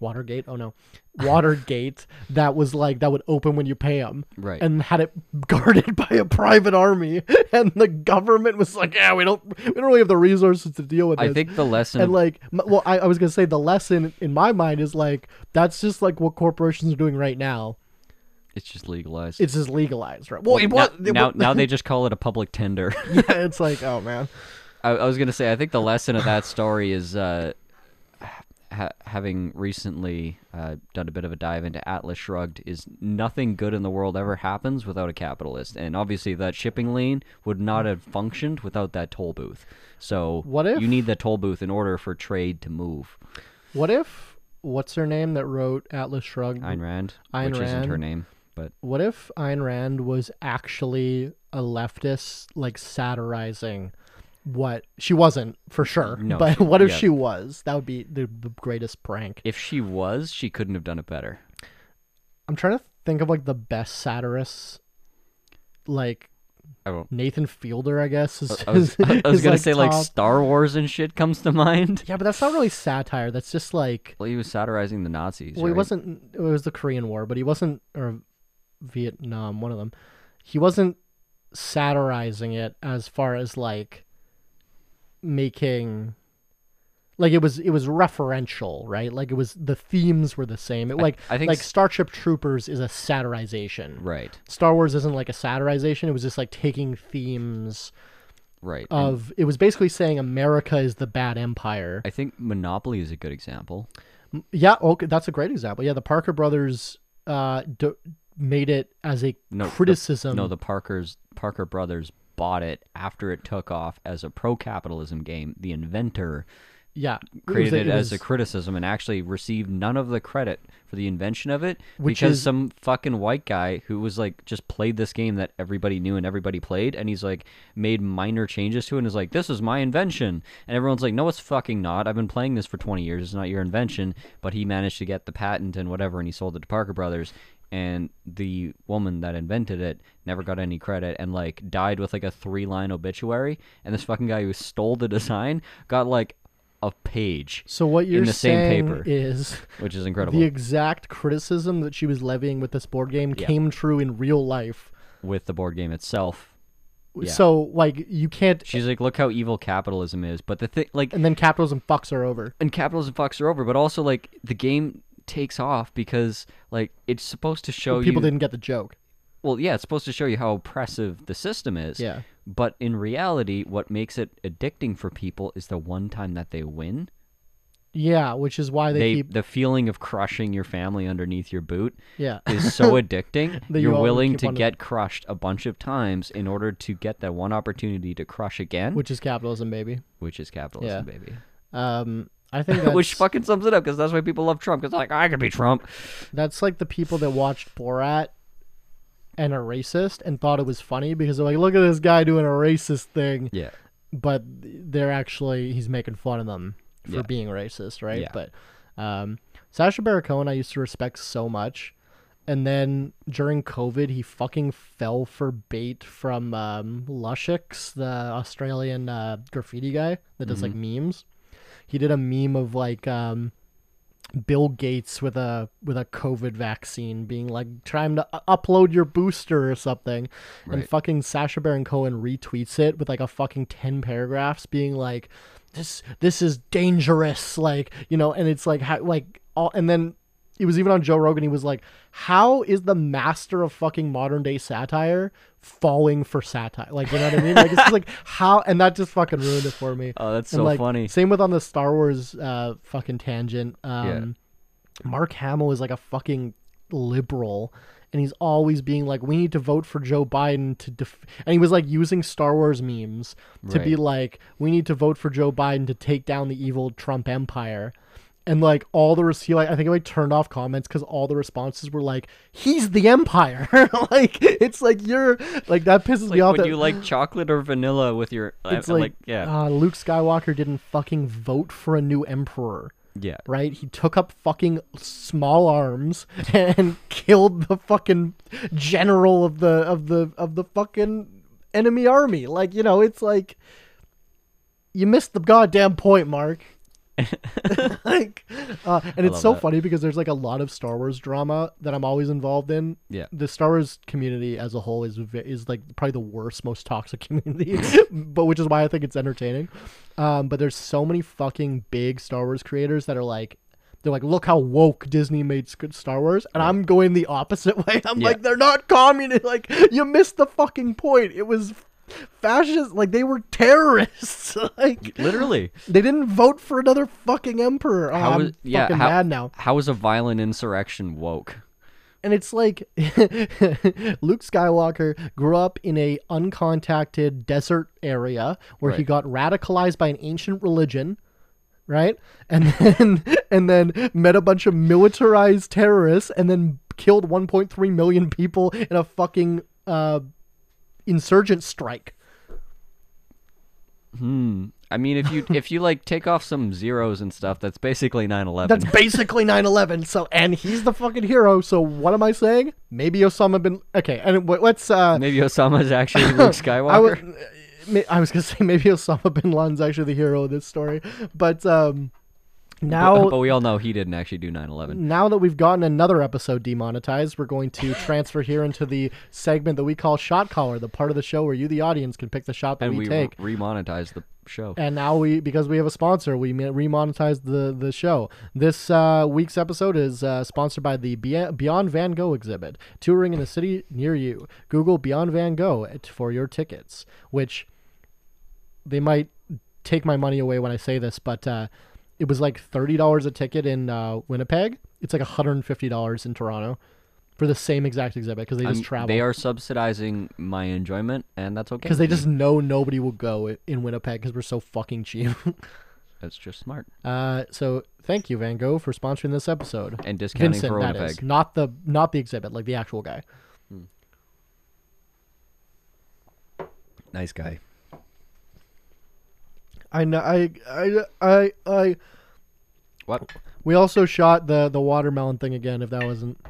S3: Watergate. Oh no, water gate that was like that would open when you pay him,
S2: Right.
S3: And had it guarded by a private army, and the government was like, yeah, we don't we don't really have the resources to deal with.
S2: i
S3: this."
S2: think the lesson
S3: and like m- well I, I was gonna say the lesson in my mind is like that's just like what corporations are doing right now
S2: it's just legalized
S3: it's just legalized right well it
S2: now,
S3: was it
S2: now,
S3: was-
S2: now they just call it a public tender
S3: yeah it's like oh man
S2: I, I was gonna say, I think the lesson of that story is uh, ha- having recently uh, done a bit of a dive into Atlas Shrugged is nothing good in the world ever happens without a capitalist, and obviously that shipping lane would not have functioned without that toll booth. So
S3: What if-
S2: you need the toll booth in order for trade to move?
S3: what if what's her name that wrote atlas shrugged
S2: Ayn Rand,
S3: Ayn
S2: which isn't her
S3: Rand.
S2: name, but
S3: what if ayn rand was actually a leftist like satirizing what she wasn't for sure
S2: No,
S3: but
S2: she-
S3: what if
S2: yeah.
S3: she was that would be the, the greatest prank
S2: if she was, she couldn't have done it better.
S3: i'm trying to think of like the best satirists like
S2: I won't.
S3: Nathan Fielder, I guess. Is,
S2: I was, I was
S3: is,
S2: gonna say like
S3: top.
S2: Star Wars and shit comes to mind.
S3: yeah, but that's not really satire. That's just like
S2: Well, he was satirizing the Nazis.
S3: well, he
S2: right?
S3: wasn't. It was the Korean War, but he wasn't or Vietnam, one of them. He wasn't satirizing it as far as like making like it was it was referential right like it was the themes were the same it like
S2: I think
S3: like
S2: s-
S3: starship troopers is a satirization
S2: right.
S3: star wars isn't like a satirization it was just like taking themes
S2: Right. and
S3: of it was basically saying America is the bad empire.
S2: I think Monopoly is a good example.
S3: yeah, okay, that's a great example. Yeah, the Parker brothers uh, d- made it as a
S2: No, the-
S3: criticism.
S2: no, the Parker's Parker brothers bought it after it took off as a pro-capitalism game. The inventor
S3: yeah, it was a-
S2: created it, as
S3: was-
S2: a criticism and actually received none of the credit for the invention of it
S3: Which
S2: because
S3: is-
S2: some fucking white guy who was like just played this game that everybody knew and everybody played and he's like made minor changes to it and is like this is my invention and everyone's like no it's fucking not I've been playing this for 20 years it's not your invention but he managed to get the patent and whatever and he sold it to Parker Brothers and the woman that invented it never got any credit and like died with like a three line obituary and this fucking guy who stole the design got like a page
S3: So what you're
S2: the same
S3: saying
S2: paper.
S3: is
S2: which is incredible
S3: the exact criticism that she was levying with this board game
S2: Yeah.
S3: came true in real life.
S2: with the board game itself. Yeah.
S3: So like you can't.
S2: She's like, look how evil capitalism is. But the thing, like,
S3: and then capitalism fucks her over.
S2: and capitalism fucks her over. But also, like, the game takes off because, like, it's supposed to show
S3: People
S2: you.
S3: didn't get the joke.
S2: Well, yeah, it's supposed to show you how oppressive the system is.
S3: Yeah.
S2: But in reality, what makes it addicting for people is the one time that they win.
S3: Yeah, which is why they,
S2: They,
S3: keep.
S2: the feeling of crushing your family underneath your boot
S3: Yeah,
S2: is so addicting.
S3: That you
S2: you're
S3: all
S2: willing
S3: keep
S2: to
S3: on-
S2: get crushed a bunch of times in order to get that one opportunity to crush again, which,
S3: which is capitalism, baby.
S2: is capitalism,
S3: Yeah.
S2: baby.
S3: Um, I think that's...
S2: Which fucking sums it up because that's why people love Trump. Because like I could be Trump.
S3: That's like the people that watched Borat and a racist and thought it was funny because they're like, look at this guy doing a racist thing,
S2: Yeah.
S3: but they're actually he's making fun of them for
S2: Yeah.
S3: being racist, right?
S2: Yeah.
S3: But um, Sasha Baron Cohen, I used to respect so much, and then during COVID, he fucking fell for bait from um, Lushix, the Australian uh, graffiti guy that does like
S2: Mm-hmm.
S3: memes. He did a meme of like. Um, Bill Gates with a with a COVID vaccine being like trying to u- upload your booster or something, and
S2: Right.
S3: fucking Sasha Baron Cohen retweets it with like a fucking ten paragraphs being like, this this is dangerous, like you know, and it's like how, like all and then it was even on Joe Rogan. He was like, how is the master of fucking modern day satire falling for satire? Like you know what I mean? Like it's just like how and that just fucking ruined it for me.
S2: Oh, that's
S3: And,
S2: so
S3: like,
S2: funny.
S3: Same with on the Star Wars uh, fucking tangent. Um, Mark Hamill is like a fucking liberal, and he's always being like, "We need to vote for Joe Biden to," def-, and he was like using Star Wars memes to be
S2: Right.
S3: like, "We need to vote for Joe Biden to take down the evil Trump empire." And like all the res- he like I think I like turned off comments because all the responses were like he's the empire like it's like you're like that pisses me
S2: Like,
S3: off.
S2: would
S3: that-
S2: you like chocolate or vanilla with your? I-
S3: it's
S2: I'm
S3: like,
S2: yeah,
S3: uh, Luke Skywalker didn't fucking vote for a new emperor,
S2: yeah.
S3: right? He took up fucking small arms and killed the fucking general of the of the of the fucking enemy army. Like you know, it's like you missed the goddamn point, Mark. like, uh, and it's
S2: love
S3: so
S2: that.
S3: funny because there's like a lot of Star Wars drama that I'm always involved in.
S2: Yeah.
S3: the Star Wars community as a whole is ve- is like probably the worst, most toxic community, but which is why I think it's entertaining. Um, but there's so many fucking big Star Wars creators that are like. They're like, look how woke Disney made Sc- Star Wars, and I'm going the opposite way. I'm
S2: Yeah.
S3: like, they're not communist. Like, you missed the fucking point. It was fascist. Like, they were terrorists. like,
S2: Literally,
S3: they didn't vote for another fucking emperor. Oh,
S2: How
S3: I'm
S2: is- yeah,
S3: fucking
S2: how-
S3: mad now.
S2: how is a violent insurrection woke?
S3: And it's like Luke Skywalker grew up in a uncontacted desert area where he
S2: Right.
S3: got radicalized by an ancient religion, right? And then and then met a bunch of militarized terrorists and then killed 1.3 million people in a fucking uh, insurgent strike.
S2: I mean, if you if you like take off some zeros and stuff, that's basically 9/11.
S3: That's basically 9/11. So, and he's the fucking hero. So, what am I saying? Maybe Osama bin. Okay, and w- let's. Uh,
S2: Maybe Osama's actually Luke Skywalker.
S3: I was, ma- I was gonna say maybe Osama bin Laden's actually the hero of this story, but um, now
S2: but, but we all know he didn't actually do 9/11.
S3: now that we've gotten another episode demonetized, we're going to transfer here into the segment that we call Shot Caller, the part of the show where you, the audience, can pick the shot that
S2: And
S3: we,
S2: we
S3: take.
S2: re- remonetized the show.
S3: And now we, because we have a sponsor, we ma- remonetized the the show. This uh, week's episode is uh, sponsored by the Be- Beyond Van Gogh exhibit, touring in a city near you. Google Beyond Van Gogh at- for your tickets, which they might take my money away when I say this, but uh, it was like thirty dollars a ticket in uh, Winnipeg. It's like hundred and fifty dollars in Toronto for the same exact exhibit because they just
S2: I'm-
S3: travel
S2: Um, They are subsidizing my enjoyment, and that's okay.
S3: because they just know nobody will go i- in Winnipeg because we're so fucking cheap.
S2: that's just smart
S3: Uh, so thank you, Van Gogh, for sponsoring this episode.
S2: and discounting
S3: Vincent,
S2: for
S3: that
S2: Winnipeg.
S3: is not the not the exhibit, like the actual guy.
S2: Nice guy.
S3: I know. I I I I.
S2: What?
S3: We also shot the the watermelon thing again. If that wasn't,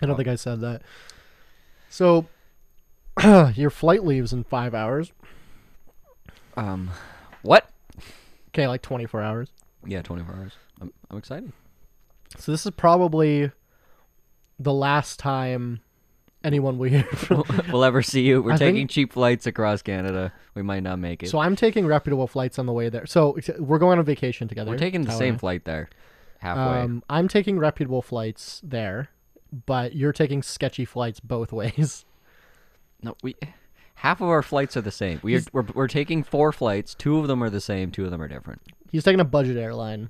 S3: I don't
S2: Oh.
S3: think I said that. So, your flight leaves in five hours.
S2: Um, what?
S3: Okay, like twenty four hours.
S2: Yeah, 24 hours. I'm, I'm excited.
S3: So this is probably the last time anyone will hear from.
S2: we'll ever see you. We're
S3: I think-
S2: taking cheap flights across Canada. We might not make it.
S3: So I'm taking reputable flights on the way there. So ex- we're going on vacation together.
S2: We're taking the
S3: Tyler and I.
S2: same flight there, halfway.
S3: Um, I'm taking reputable flights there, but you're taking sketchy flights both ways.
S2: no, we. Half of our flights are the same. We are, we're, we're taking four flights. Two of them are the same. Two of them are different.
S3: He's taking a budget airline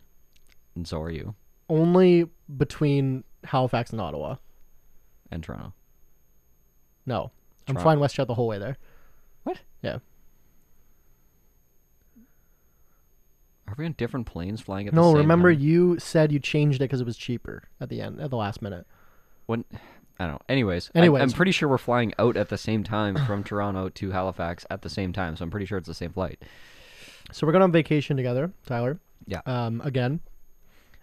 S2: And so are you.
S3: only between Halifax and Ottawa.
S2: And Toronto.
S3: No, I'm
S2: Toronto.
S3: flying WestJet the whole way there.
S2: What?
S3: Yeah.
S2: Are we on different planes flying at the
S3: No,
S2: same
S3: remember
S2: time?
S3: you said you changed it because it was cheaper at the end, at the last minute.
S2: When, I don't know. Anyways, I, am
S3: Anyways.
S2: pretty sure we're flying out at the same time from Toronto to Halifax at the same time. So I'm pretty sure it's the same flight.
S3: So we're going on vacation together, Tyler.
S2: Yeah.
S3: Um, again.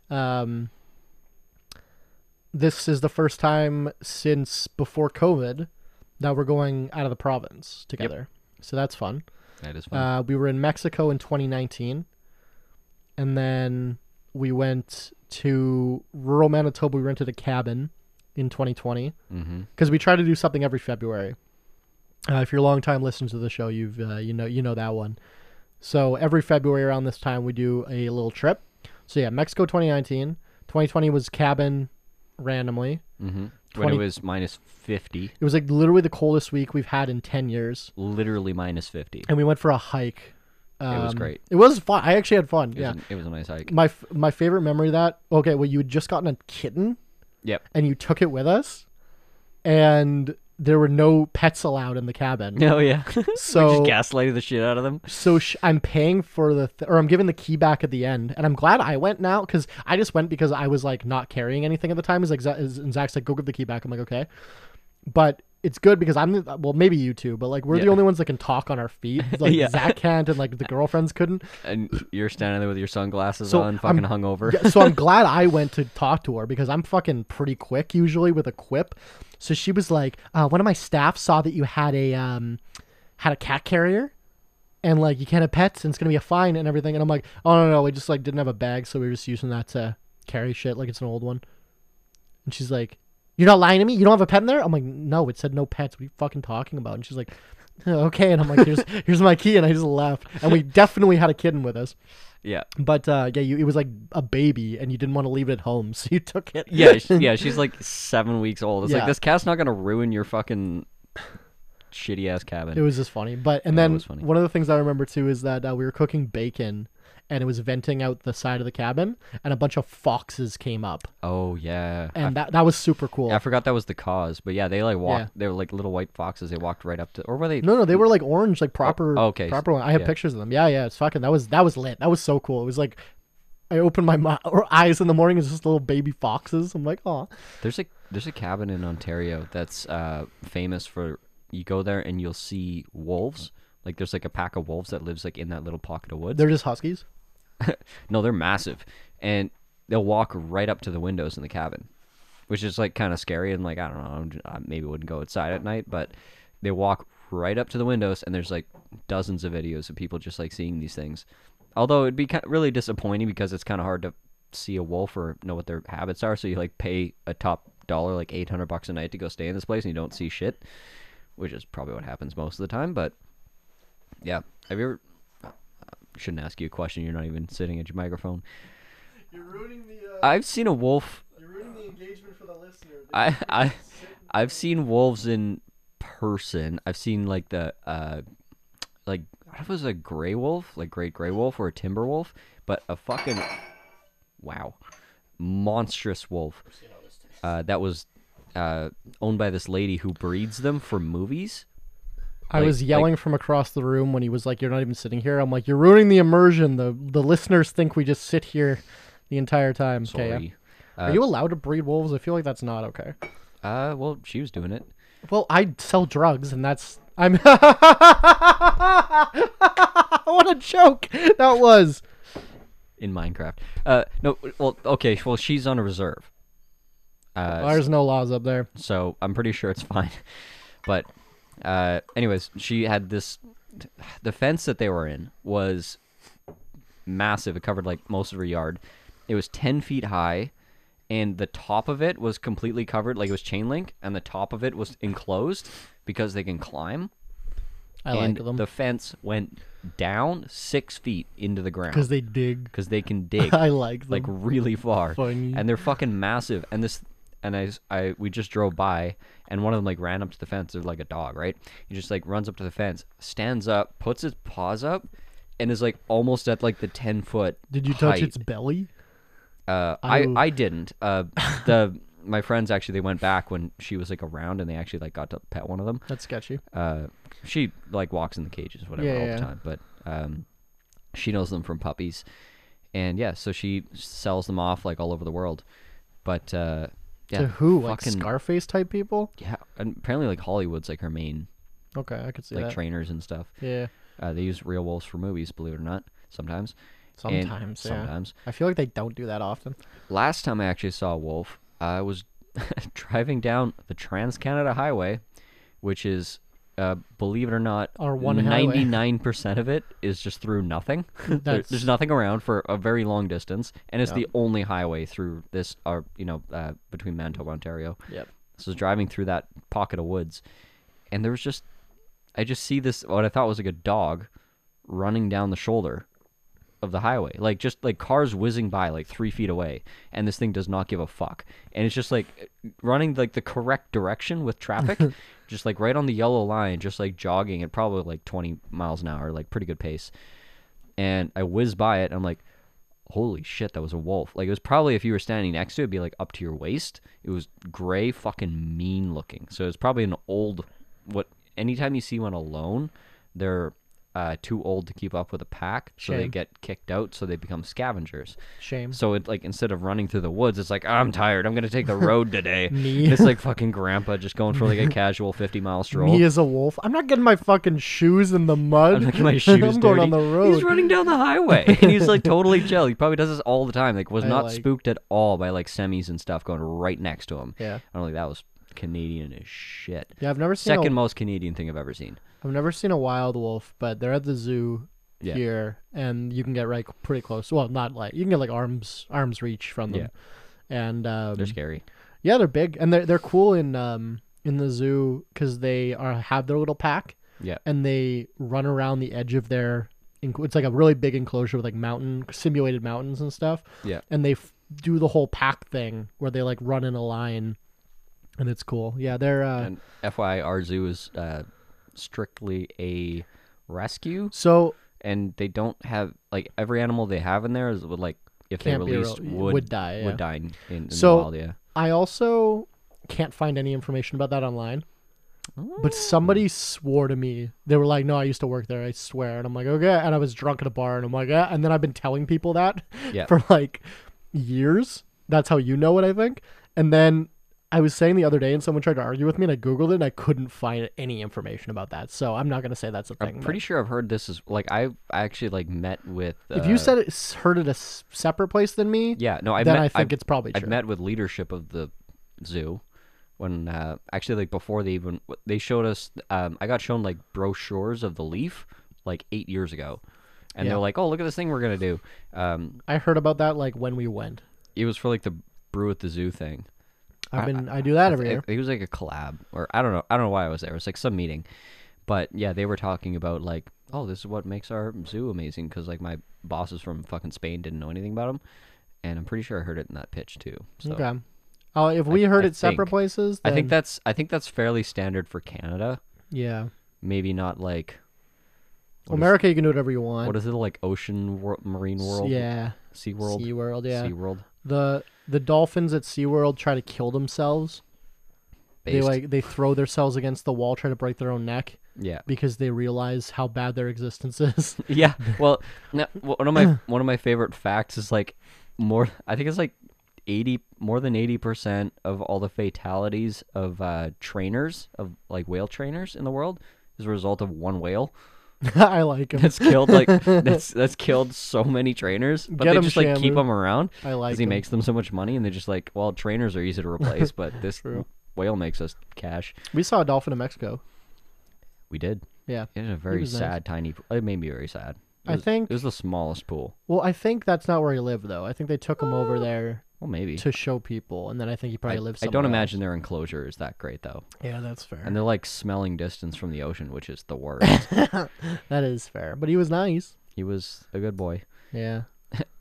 S3: Um, this is the first time since before COVID that we're going out of the province together. So that's fun.
S2: That is fun.
S3: Uh, we were in Mexico in 2019, and then we went to rural Manitoba. We rented a cabin in 2020
S2: mm-hmm.
S3: because we try to do something every February. Uh, if you're a long time listener to the show, you've uh, you know you know that one. So every February around this time, we do a little trip. So yeah, Mexico 2019, 2020 was cabin randomly.
S2: Mm-hmm. When
S3: 20
S2: it was minus 50,
S3: It was like literally the coldest week we've had in 10 years,
S2: literally minus 50. It
S3: and we went for a hike.
S2: was
S3: Um,
S2: great.
S3: It was fun. I actually had fun.
S2: was,
S3: yeah, Mm.
S2: an- it was a nice hike.
S3: my f- my favorite memory of that okay well you had just gotten a kitten
S2: Yep.
S3: and you took it with us and there were no pets allowed in the cabin
S2: Oh, yeah.
S3: so
S2: Just gaslighted the shit out of them.
S3: so sh- i'm paying for the th- or i'm giving the key back at the end and i'm glad i went now because i just went because i was like not carrying anything at the time is like Za- is- and zach's like go give the key back i'm like okay but it's good because i'm the, well maybe you two but like we're the
S2: Yeah.
S3: only ones that can talk on our feet like
S2: Yeah.
S3: zach can't and like the girlfriends couldn't
S2: And you're standing there with your sunglasses
S3: So,
S2: on, fucking
S3: I'm-
S2: hungover.
S3: Yeah, so I'm glad I went to talk to her because I'm fucking pretty quick usually with a quip. So she was like, uh, "One of my staff saw that you had a um, had a cat carrier, and like you can't have pets, and it's gonna be a fine and everything." And I'm like, "Oh no, no, we just like didn't have a bag, so we were just using that to carry shit, like it's an old one." And she's like, "You're not lying to me. You don't have a pet in there?" I'm like, "No, it said no pets. What are you fucking talking about?" And she's like. Okay, and I'm like, here's here's my key, and I just left. And we definitely had a kitten with us.
S2: Yeah.
S3: But uh, yeah, you, it was like a baby, and you didn't want to leave it at home, so you took it.
S2: Yeah, sh- yeah, she's like seven weeks old. It's
S3: Yeah.
S2: like this cat's not gonna ruin your fucking shitty ass cabin.
S3: it was just funny. But and
S2: Yeah, that
S3: then
S2: was funny.
S3: one of the things I remember too is that uh, we were cooking bacon, and it was venting out the side of the cabin, and a bunch of foxes came up,
S2: oh yeah, I,
S3: and that that was super cool.
S2: I forgot that was the cause. But yeah, they like walked.
S3: Yeah.
S2: They were like little white foxes. They walked right up to, or were they?
S3: no, no, they were like orange, like proper,
S2: oh, okay,
S3: proper one. I have
S2: yeah.
S3: pictures of them. Yeah, yeah, it's fucking. That was that was lit. That was so cool. It was like, I opened my mo- or eyes in the morning, it's just little baby foxes. I'm like, oh,
S2: There's a there's a cabin in Ontario that's uh, famous for you go there and you'll see wolves. Like there's like a pack of wolves that lives like in that little pocket of woods.
S3: they're just huskies.
S2: No, they're massive, and they'll walk right up to the windows in the cabin, which is like kind of scary. And like I don't know, I'm j- I maybe wouldn't go outside at night, but they walk right up to the windows, and there's like dozens of videos of people just like seeing these things. Although it'd be ki really disappointing because it's kind of hard to see a wolf or know what their habits are. So you like pay a top dollar, like eight hundred bucks a night, to go stay in this place, and you don't see shit, which is probably what happens most of the time. But yeah, have you ever? Shouldn't ask you a question. You're not even sitting at your microphone.
S3: You're ruining the
S2: I've seen a wolf.
S3: you're ruining the engagement for the listener.
S2: I I I've seen wolves in person. I've seen like the uh like I don't know if it was a gray wolf, like great gray wolf or a timber wolf, but a fucking wow, monstrous wolf. Uh, that was uh, owned by this lady who breeds them for movies.
S3: I
S2: Like-
S3: was yelling from across the room when he was like, "You're not even sitting here." I'm like, "You're ruining the immersion. The the listeners think we just sit here the entire time." Okay, yeah.
S2: Sorry.
S3: Are you allowed to breed wolves? I feel like that's not okay.
S2: Uh, well, she was doing it.
S3: Well, I sell drugs, and that's I'm. what a joke that was.
S2: in Minecraft. Uh, no, well, okay, well, she's on a reserve. Uh,
S3: There's no laws up there.
S2: so I'm pretty sure it's fine. But, uh, anyways, she had this. The fence that they were in was massive. It covered like most of her yard. It was 10 feet high, and the top of it was completely covered. Like it was chain link, and the top of it was enclosed because they can climb.
S3: I
S2: and
S3: like them
S2: the fence went down six feet into the
S3: because
S2: ground
S3: they dig.
S2: because they can dig
S3: I like them.
S2: like really far
S3: Funny.
S2: and they're fucking massive and this and I, s- I- we just drove by and one of them like ran up to the fence they're like a dog right he just like runs up to the fence stands up puts his paws up and is like almost at like the 10 foot
S3: Did you touch
S2: height.
S3: its belly?
S2: uh, I,
S3: Ew.
S2: I didn't uh the my friends actually they went back when she was like around and they actually like got to pet one of them
S3: That's sketchy.
S2: uh, she like walks in the cages whatever
S3: Yeah,
S2: all
S3: yeah.
S2: the time but um, she knows them from puppies and yeah so she sells them off like all over the world but uh, Yeah,
S3: to who? Like
S2: fucking-
S3: Scarface type people?
S2: Yeah, and apparently like Hollywood's like her main
S3: Okay, I could see
S2: like
S3: that.
S2: trainers and stuff.
S3: yeah,
S2: Uh, they use real wolves for movies, believe it or not, sometimes. And
S3: sometimes. yeah.
S2: Sometimes.
S3: I feel like they don't do that often.
S2: Last time I actually saw a wolf, I was driving down the Trans Canada Highway, which is, uh, believe it or not,
S3: Our one highway.
S2: 99% of it is just through nothing. There-
S3: That's-
S2: there's nothing around for a very long distance, and it's
S3: Yeah.
S2: the only highway through this, or, you know, uh, between Manitoba, Ontario.
S3: Yep.
S2: So I was driving through that pocket of woods, and there was just, I just see this what I thought was like a dog, running down the shoulder, of the highway, like just like cars whizzing by like three feet away, and this thing does not give a fuck, and it's just like uh, running like the correct direction with traffic, just like right on the yellow line, just like jogging at probably like twenty miles an hour, like pretty good pace, and I whiz by it, and I'm like. Holy shit, that was a wolf. Like, it was probably if you were standing next to it, it'd be like up to your waist. It was gray, fucking mean looking. So it's probably an old. What? Anytime you see one alone, they're uh, too old to keep up with a pack. So they
S3: Shame. Mm-hmm.
S2: get get kicked out, so they become scavengers.
S3: Shame.
S2: So it like instead of running through the woods, it's like I'm tired. I'm gonna take the road today.
S3: Me.
S2: It's like fucking grandpa just going for like a casual 50 mile stroll.
S3: Me as a wolf. I'm not getting my fucking shoes in the mud.
S2: I'm not getting my shoes
S3: I'm going on the
S2: dirty.
S3: road.
S2: He's running down the highway, and he's like totally chill. He probably does this all the time. Like was
S3: I
S2: not
S3: like-
S2: spooked at all by like semis and stuff going right next to him.
S3: Yeah.
S2: I don't think that was Canadian as shit.
S3: Yeah, I've never seen
S2: Second
S3: a,
S2: most Canadian thing I've ever seen.
S3: I've never seen a wild wolf, but they're at the zoo
S2: Yeah.
S3: here, and you can get right pretty close. Well, not like you can get like arms arms reach from them. And um,
S2: They're scary.
S3: yeah, they're big and they're they're cool in um in the zoo because they are have their little pack
S2: Yeah.
S3: and they run around the edge of their. enc- It's like a really big enclosure with like mountain simulated mountains and stuff.
S2: Yeah.
S3: and they f- do the whole pack thing where they like run in a line and it's cool yeah they're uh,
S2: And FYI, our zoo is uh, strictly a rescue.
S3: so
S2: and they don't have like every animal they have in there is would like if
S3: Can't
S2: they
S3: be
S2: released
S3: re-
S2: would
S3: would die, yeah.
S2: would die in, in
S3: So-
S2: the wild yeah
S3: i also can't find any information about that online
S2: Mm.
S3: but somebody swore to me they were like no i used to work there i swear and i'm like okay and i was drunk at a bar and i'm like yeah and then i've been telling people that
S2: Yeah.
S3: for like years that's how you know it i think and then i was saying the other day and someone tried to argue with me and i googled it and i couldn't find any information about that so i'm not going to say that's a thing
S2: I'm
S3: but-
S2: pretty sure I've heard this is like I I actually like met with uh,
S3: If you said it s- heard it a s- separate place than me,
S2: yeah no I
S3: then
S2: met,
S3: I think
S2: I've,
S3: it's probably true.
S2: I've met with leadership of the zoo when uh, actually like before they even they showed us um, I got shown like brochures of the leaf like eight years ago and
S3: Yeah.
S2: they're like oh look at this thing we're gonna do um,
S3: I heard about that like when we went.
S2: it was for like the brew at the zoo thing
S3: I've
S2: I-
S3: been I do that every
S2: I-
S3: year.
S2: It was like a collab, or I don't know. I don't know why I was there. It was like some meeting, but yeah, they were talking about like, oh, this is what makes our zoo amazing because like my bosses from fucking Spain didn't know anything about them, and I'm pretty sure I heard it in that pitch too. So
S3: okay. Oh, if we heard
S2: I
S3: it separate
S2: think-
S3: places,
S2: I think
S3: then-
S2: that's I think that's fairly standard for Canada.
S3: yeah.
S2: Maybe not like what is-
S3: America, you can do whatever you want.
S2: what is it like ocean wor- marine
S3: S-
S2: world
S3: Yeah,
S2: sea world
S3: Sea World. Yeah,
S2: sea world
S3: the the dolphins at Sea World try to kill themselves. They
S2: based.
S3: like they throw themselves against the wall, try to break their own neck
S2: yeah
S3: because they realize how bad their existence is.
S2: Yeah. Well, no, w- one of my one of my favorite facts is like more. I think it's like eighty more than eighty percent of all the fatalities of uh, trainers of like whale trainers in the world is a result of one whale
S3: I like them.
S2: that's killed like that's that's killed so many trainers, but
S3: Get
S2: they
S3: 'em,
S2: just like keep
S3: Shamu.
S2: them around
S3: I like
S2: because he
S3: 'em.
S2: makes them so much money, and they're just like, well, trainers are easy to replace, but this
S3: True.
S2: whale makes us cash.
S3: We saw a dolphin in Mexico.
S2: We did.
S3: Yeah.
S2: It was a very
S3: was nice.
S2: sad, tiny. p- It made me very sad. It
S3: I
S2: was-
S3: think-
S2: it was the smallest pool.
S3: Well, I think that's not where he lived though. I think they took him over there
S2: Well, maybe
S3: to show people, and then I think he probably
S2: Ah. I,
S3: lives.
S2: I
S3: somewhere
S2: don't imagine their enclosure is that great though,
S3: else. Yeah, that's fair.
S2: and they're like smelling distance from the ocean, which is the worst.
S3: that is fair. But he was nice.
S2: he was a good boy.
S3: Yeah.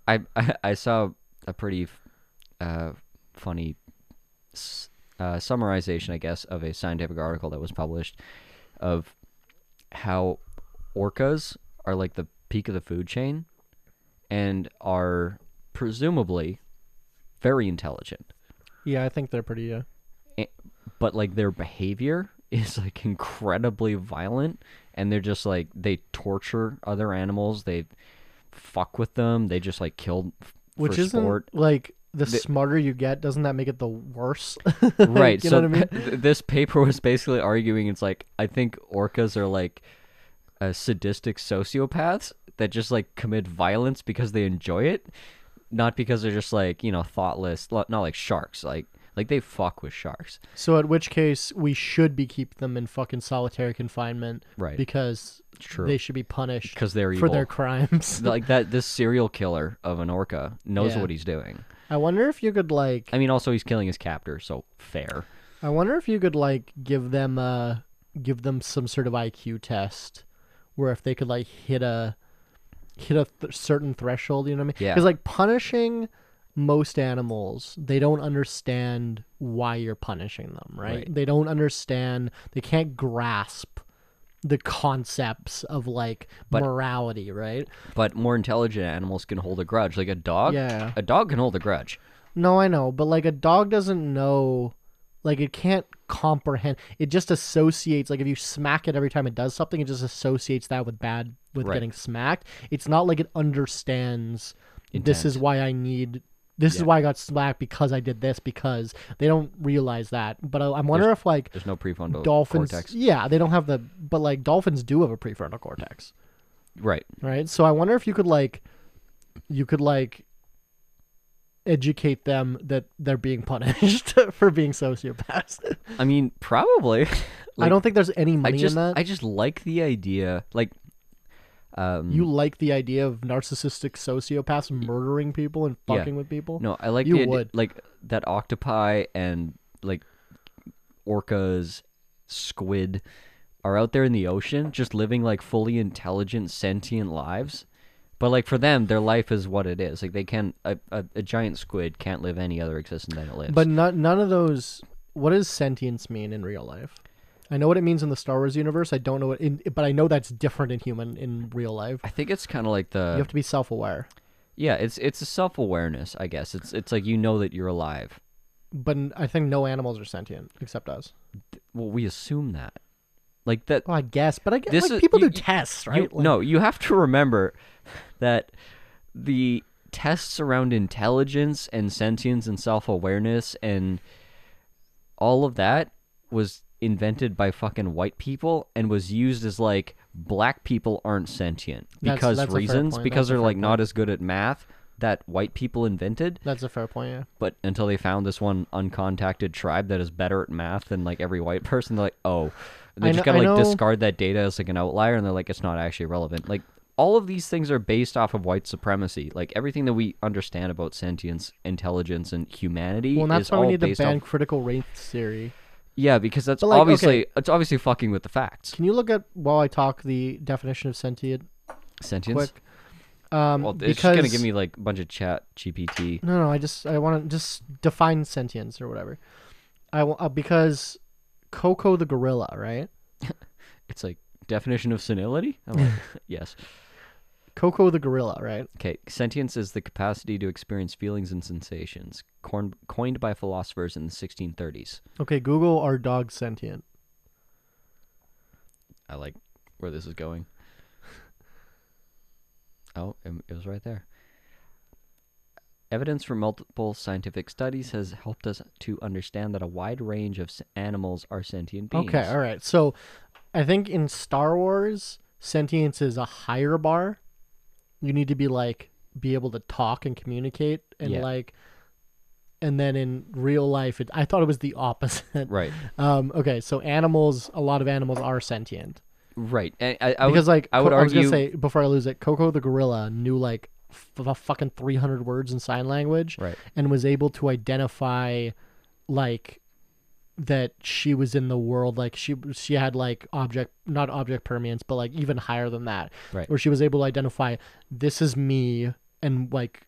S2: I I, I saw a pretty uh, funny s- uh, summarization, I guess, of a scientific article that was published of how orcas are like the peak of the food chain and are presumably very intelligent.
S3: Yeah, I think they're pretty. Uh,
S2: but like their behavior is like incredibly violent and they're just like they torture other animals they fuck with them they just like kill f-
S3: which
S2: for
S3: isn't
S2: sport
S3: like the,
S2: The-
S3: smarter you get, doesn't that make it the worse?
S2: right
S3: you
S2: so
S3: know what I mean?
S2: th- this paper was basically arguing it's like i think orcas are like uh, sadistic sociopaths that just like commit violence because they enjoy it not because they're just like you know thoughtless lo- not like sharks like like they fuck with sharks
S3: So at which case we should be keep them in fucking solitary confinement,
S2: Right.
S3: Because
S2: True.
S3: they should be punished
S2: because they're
S3: for
S2: evil
S3: their crimes.
S2: like that this serial killer of an orca knows
S3: Yeah.
S2: what he's doing
S3: I wonder if you could like.
S2: i mean also he's killing his captor so fair
S3: I wonder if you could like give them uh give them some sort of IQ test, where if they could like hit a hit a th- certain threshold, you know what I mean?
S2: Yeah.
S3: Because like punishing most animals, they don't understand why you're punishing them, right?
S2: Right.
S3: They don't understand. They can't grasp the concepts of like
S2: But-
S3: morality, right?
S2: but more intelligent animals can hold a grudge like a dog
S3: Yeah.
S2: a dog can hold a grudge
S3: No, I know, but like a dog doesn't know, like it can't comprehend. It just associates. Like if you smack it every time it does something, it just associates that with bad, with
S2: Right.
S3: getting smacked. It's not like it understands. This is
S2: Intent.
S3: why I need. This is
S2: Yeah.
S3: why I got smacked because I did this because they don't realize that. But uh, I, I'm wondering if like
S2: there's no prefrontal
S3: dolphins,
S2: cortex
S3: yeah, they don't have the. But like dolphins do have a prefrontal cortex
S2: right
S3: right so i wonder if you could like you could like educate them that they're being punished for being sociopaths
S2: I mean, probably.
S3: i
S2: Like,
S3: don't think there's any
S2: I
S3: money
S2: just,
S3: in that
S2: I just like the idea. Like, um,
S3: you like the idea of narcissistic sociopaths murdering people and
S2: Yeah.
S3: fucking with people
S2: no, I like
S3: you
S2: the ide-
S3: would.
S2: like that octopi and like orcas, squid, are out there in the ocean, just living like fully intelligent, sentient lives. But like for them, their life is what it is. Like they can't. A, a, a giant squid can't live any other existence than it lives.
S3: but not, none of those what does sentience mean in real life i know what it means in the star wars universe i don't know what in, but i know that's different in human in real life
S2: I think it's kind of like the
S3: you have to be self-aware
S2: yeah. It's it's a self awareness, I guess. It's it's like you know that you're alive.
S3: but n- i think no animals are sentient except us
S2: Well, we assume that. Like that
S3: well i guess but i guess
S2: This
S3: like,
S2: is-
S3: people
S2: you-
S3: do tests
S2: You-
S3: right Like-
S2: no, you have to remember that the tests around intelligence and sentience and self awareness and all of that was invented by fucking white people and was used as like black people aren't sentient
S3: That's-
S2: because
S3: that's a fair
S2: reasons
S3: point,
S2: because
S3: that's a
S2: they're
S3: fair
S2: like not as good at math that white people invented
S3: That's a fair point. Yeah.
S2: but until they found this one uncontacted tribe that is better at math than like every white person, they're like, oh, and they
S3: I
S2: just
S3: kn-
S2: kind
S3: I
S2: of like
S3: know-
S2: discard that data as like an outlier, and they're like, it's not actually relevant. Like all of these things are based off of white supremacy. Like everything that we understand about sentience, intelligence, and humanity
S3: Well, and that's
S2: is
S3: why we
S2: all
S3: need to
S2: based
S3: ban
S2: off.
S3: critical race theory.
S2: Yeah, because that's
S3: But, like,
S2: obviously it's obviously fucking with the facts.
S3: Can you look at while I talk the definition of sentient?
S2: Sentience.
S3: quick, Um,
S2: well,
S3: because
S2: it's just gonna give me like a bunch of chat GPT.
S3: no, no. I just I want to just define sentience or whatever. I w- uh, because Coco the gorilla, right?
S2: It's like definition of senility. I'm like, yes.
S3: Coco the gorilla, right?
S2: Okay, sentience is the capacity to experience feelings and sensations, corn- coined by philosophers in the 1630s.
S3: Okay, Google are dogs sentient?
S2: I like where this is going. Oh, it it was right there. Evidence from multiple scientific studies has helped us to understand that a wide range of s- animals are sentient beings.
S3: Okay, all right. So, I think in Star Wars, sentience is a higher bar. You need to be like be able to talk and communicate and
S2: Yeah.
S3: like and then in real life it, I thought it was the opposite.
S2: Right.
S3: Um okay, so animals a lot of animals are sentient.
S2: Right. And I, I would-
S3: because like
S2: I would
S3: Co- was
S2: argue
S3: gonna say before I lose it, Coco the gorilla knew like f- f- fucking 300 words in sign language
S2: Right.
S3: and was able to identify like that she was in the world like she she had like object not object permeance but like even higher than that
S2: Right.
S3: where she was able to identify this is me and like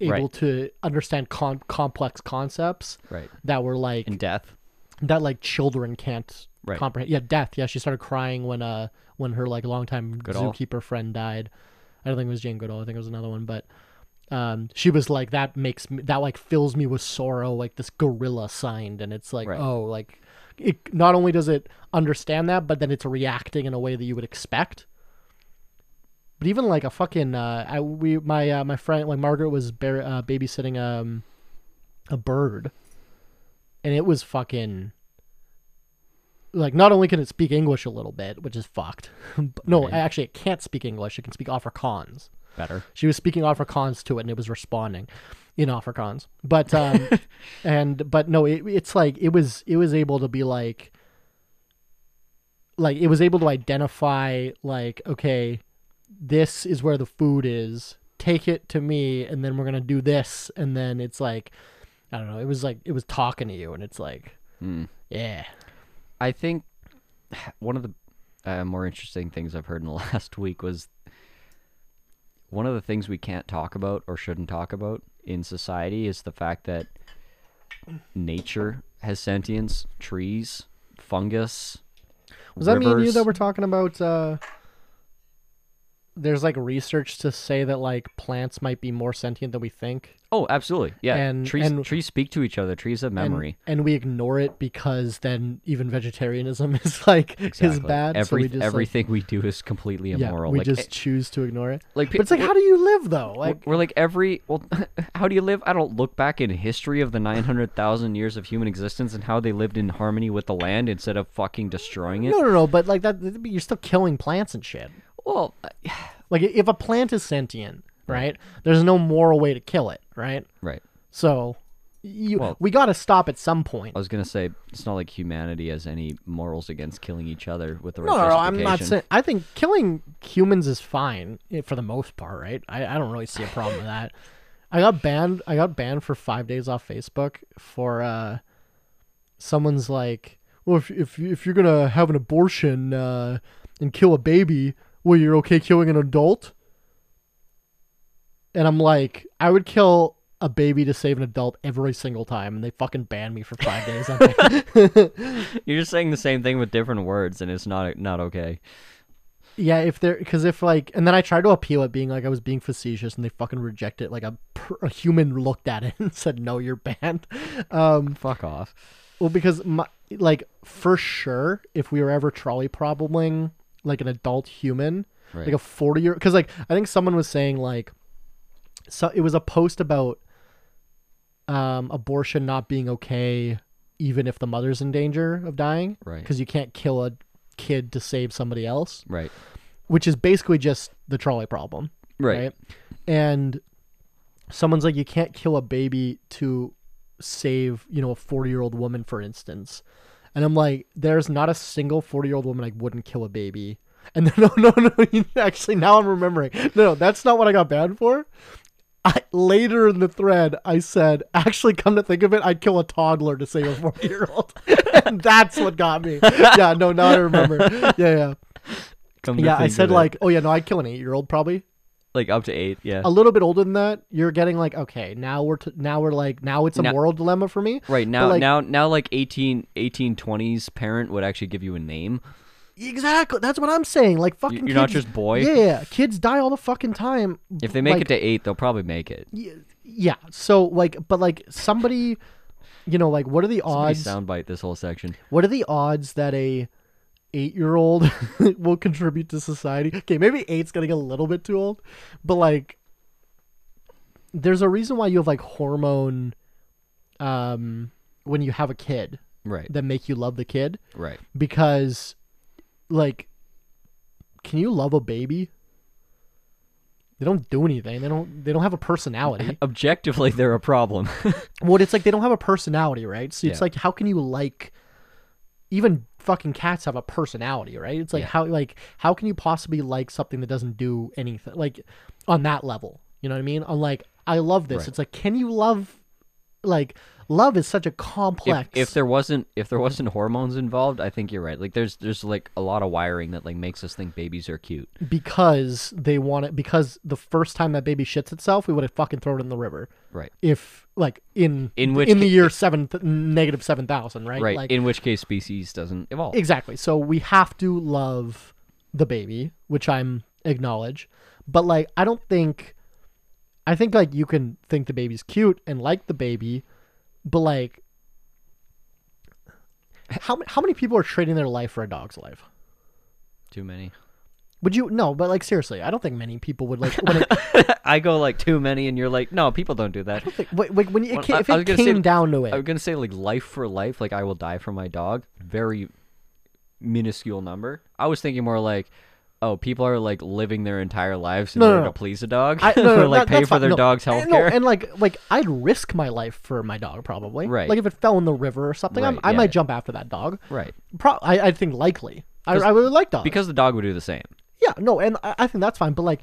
S3: able
S2: Right.
S3: to understand com- complex concepts
S2: Right.
S3: that were like
S2: And death.
S3: that like children can't
S2: Right.
S3: comprehend. Yeah, death. Yeah, she started crying when uh when her like longtime
S2: Goodall.
S3: zookeeper friend died. I don't think it was Jane Goodall. I think it was another one, but um she was like that makes me that like fills me with sorrow like this gorilla signed and it's like
S2: Right.
S3: oh like it not only does it understand that but then it's reacting in a way that you would expect but even like a fucking uh I we my uh, my friend like Margaret was bar- uh, babysitting um a bird, and it was fucking like not only can it speak English a little bit, which is fucked. but, no,
S2: Right.
S3: actually, it can't speak English. It can speak Afrikaans.
S2: Better.
S3: She was speaking Afrikaans to it, and it was responding in Afrikaans. But um, and but no, it, it's like it was it was able to be like like it was able to identify like okay, this is where the food is. Take it to me, and then we're gonna do this, and then it's like I don't know. It was like it was talking to you, and it's like
S2: Mm.
S3: yeah,
S2: I think one of the uh, more interesting things I've heard in the last week was one of the things we can't talk about or shouldn't talk about in society is the fact that nature has sentience, trees, fungus.
S3: Was that me and you
S2: rivers.
S3: that were talking about? Uh, there's like research to say that like plants might be more sentient than we think,
S2: Oh, absolutely. Yeah.
S3: And-
S2: trees
S3: and-
S2: trees speak to each other. Trees have
S3: and-
S2: memory.
S3: and, we ignore it because then even vegetarianism is like is
S2: Exactly.
S3: bad. so
S2: Every,
S3: we just, like-
S2: everything we do is completely
S3: yeah,
S2: immoral.
S3: we
S2: like,
S3: just
S2: eh,
S3: choose to ignore it.
S2: like
S3: But it's like,
S2: we're-
S3: how do you live though?
S2: We're-
S3: Like,
S2: we're like every well how do you live i don't look back in history of the 900000 years of human existence and how they lived in harmony with the land instead of fucking destroying it
S3: no, no, no. But like that, but you're still killing plants and shit.
S2: well uh,
S3: Like, if a plant is sentient, right? There's no moral way to kill it, right?
S2: right
S3: So, you
S2: Well-
S3: we got to stop at some point.
S2: i was gonna say it's not like humanity has any morals against killing each other with the right
S3: No, no, no, I'm not
S2: justification.
S3: saying. I think killing humans is fine eh, for the most part, right? I, I don't really see a problem with that. I got banned. I got banned for five days off Facebook for uh, someone's like, well, if if if you're gonna have an abortion uh, and kill a baby, well, you're okay killing an adult. And I'm like, I would kill a baby to save an adult every single time, and they fucking banned me for five days. I'm like,
S2: you're just saying the same thing with different words and it's not not okay
S3: Yeah, if they're because if like, and then I tried to appeal it, being like I was being facetious, and they fucking reject it. Like a, per- a human looked at it and said, "No, you're banned." Um,
S2: fuck off
S3: well, because my like for sure, if we were ever trolley probleming like an adult human,
S2: Right.
S3: like a forty year, because like I think someone was saying like, so it was a post about um abortion not being okay, even if the mother's in danger of dying,
S2: Right.
S3: Because you can't kill a kid to save somebody else
S2: right
S3: which is basically just the trolley problem,
S2: right,
S3: right? And someone's like, you can't kill a baby to save, you know, a 40 year old woman, for instance. And I'm like, there's not a single 40 year old woman I wouldn't kill a baby. And then, no, no, no, you- actually, now I'm remembering. No, no, that's not what I got banned for. I, later in the thread, I said, actually, come to think of it, I'd kill a toddler to save a 40 year old. and that's what got me. Yeah, no, now I remember. Yeah, yeah.
S2: Come to
S3: Yeah, I
S2: think
S3: said
S2: of it,
S3: like, oh yeah, no, I'd kill an eight-year-old probably.
S2: like up to eight yeah
S3: A little bit older than that, you're getting like, okay, now we're t- now we're like now it's a
S2: Now-
S3: moral dilemma for me.
S2: Right now,
S3: like-
S2: now, now, like 18, 1820s parent would actually give you a name.
S3: Exactly, that's what I'm saying. Like fucking,
S2: you're not
S3: kids-
S2: just boy?
S3: Yeah, yeah, kids die all the fucking time.
S2: If they make
S3: like,
S2: it to eight, they'll probably make it.
S3: y- yeah. So like, but like somebody, you know, like what are the
S2: Somebody
S3: odds?
S2: soundbite this whole section.
S3: What are the odds that a eight-year-old will contribute to society? Okay, maybe eight's getting a little bit too old, but like, there's a reason why you have like hormone, um, when you have a kid
S2: Right,
S3: that make you love the kid
S2: right.
S3: because, like, can you love a baby? They don't do anything. They don't. They don't have a personality.
S2: Objectively, they're a problem.
S3: Well, it's like they don't have a personality, right? So it's
S2: Yeah.
S3: like, how can you like? Even fucking cats have a personality, right? It's like
S2: Yeah.
S3: how like how can you possibly like something that doesn't do anything? Like on that level, you know what I mean? On like I love this.
S2: Right.
S3: It's like can you love? Like love is such a
S2: if,
S3: complex.
S2: if there wasn't, if there wasn't hormones involved, I think you're right. Like there's, there's like a lot of wiring that like makes us think babies are cute.
S3: because they want it because the first time that baby shits itself, we would have fucking thrown it in the river.
S2: Right,
S3: If like in
S2: In which
S3: in the
S2: ca-
S3: year seven negative seven thousand, right?
S2: right.
S3: Like,
S2: In which case, species doesn't evolve.
S3: Exactly. So we have to love the baby, which I'm acknowledge. But like I don't think I think like you can think the baby's cute and like the baby, but like how ma- how many people are trading their life for a dog's life?
S2: Too many.
S3: Would you? No, but like seriously, I don't think many people would like when it,
S2: I go like too many, and you're like, no, people don't do that.
S3: like, wh- like, when it,
S2: Well,
S3: ca-
S2: I-
S3: if
S2: I
S3: it
S2: was gonna
S3: came
S2: say-
S3: down to it.
S2: I'm gonna say like life for life, like I will die for my dog. Very minuscule number. I was thinking more like, oh, people are like living their entire lives in
S3: No, no,
S2: order
S3: no.
S2: to please a dog,
S3: I, no, no,
S2: or like
S3: that-
S2: pay
S3: that's
S2: for
S3: fine.
S2: their
S3: No,
S2: dog's
S3: and-
S2: health
S3: No,
S2: care.
S3: and like, like I'd risk my life for my dog probably.
S2: Right.
S3: Like if it fell in the river or something, I'm,
S2: Right,
S3: I
S2: yeah,
S3: might
S2: yeah.
S3: jump after that dog.
S2: right,
S3: Pro- I, I think likely. I,
S2: 'Cause-
S3: I would like dogs.
S2: because the dog would do the same.
S3: Yeah, no, and I, I think that's fine. But like,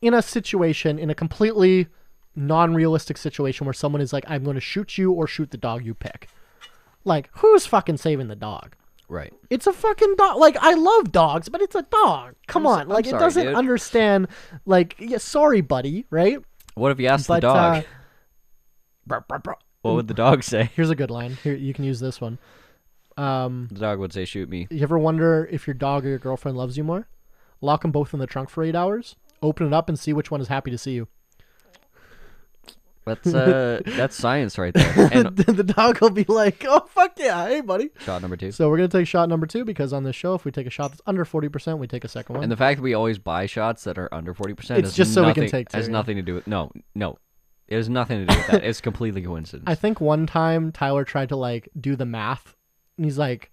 S3: in a situation, in a completely non-realistic situation where someone is like, "I'm going to shoot you or shoot the dog you pick," like, who's fucking saving the dog?
S2: Right.
S3: It's a fucking dog. Like, I love dogs, but it's a dog. Come on,
S2: I'm
S3: like, it
S2: sorry,
S3: doesn't
S2: dude.
S3: understand. Like, yeah, sorry, buddy. Right?
S2: What if you asked the
S3: But,
S2: dog?
S3: uh, Brr, brr, brr.
S2: what would the dog say?
S3: Here's a good line. Here, you can use this one. Um,
S2: The dog would say, "Shoot me."
S3: you ever wonder if your dog or your girlfriend loves you more? Lock them both in the trunk for eight hours. Open it up and see which one is happy to see you.
S2: That's uh, that's science right there. And
S3: the dog will be like, "Oh fuck yeah, hey buddy."
S2: shot number two.
S3: So we're gonna take shot number two because on this show, if we take a shot that's under forty percent, we take a second one.
S2: And the fact that we always buy shots that are under forty percent
S3: It's just so we can take two,
S2: has
S3: yeah.
S2: nothing to do with no, no. It has nothing to do with that. it's completely coincidence.
S3: I think one time Tyler tried to like do the math, and he's like,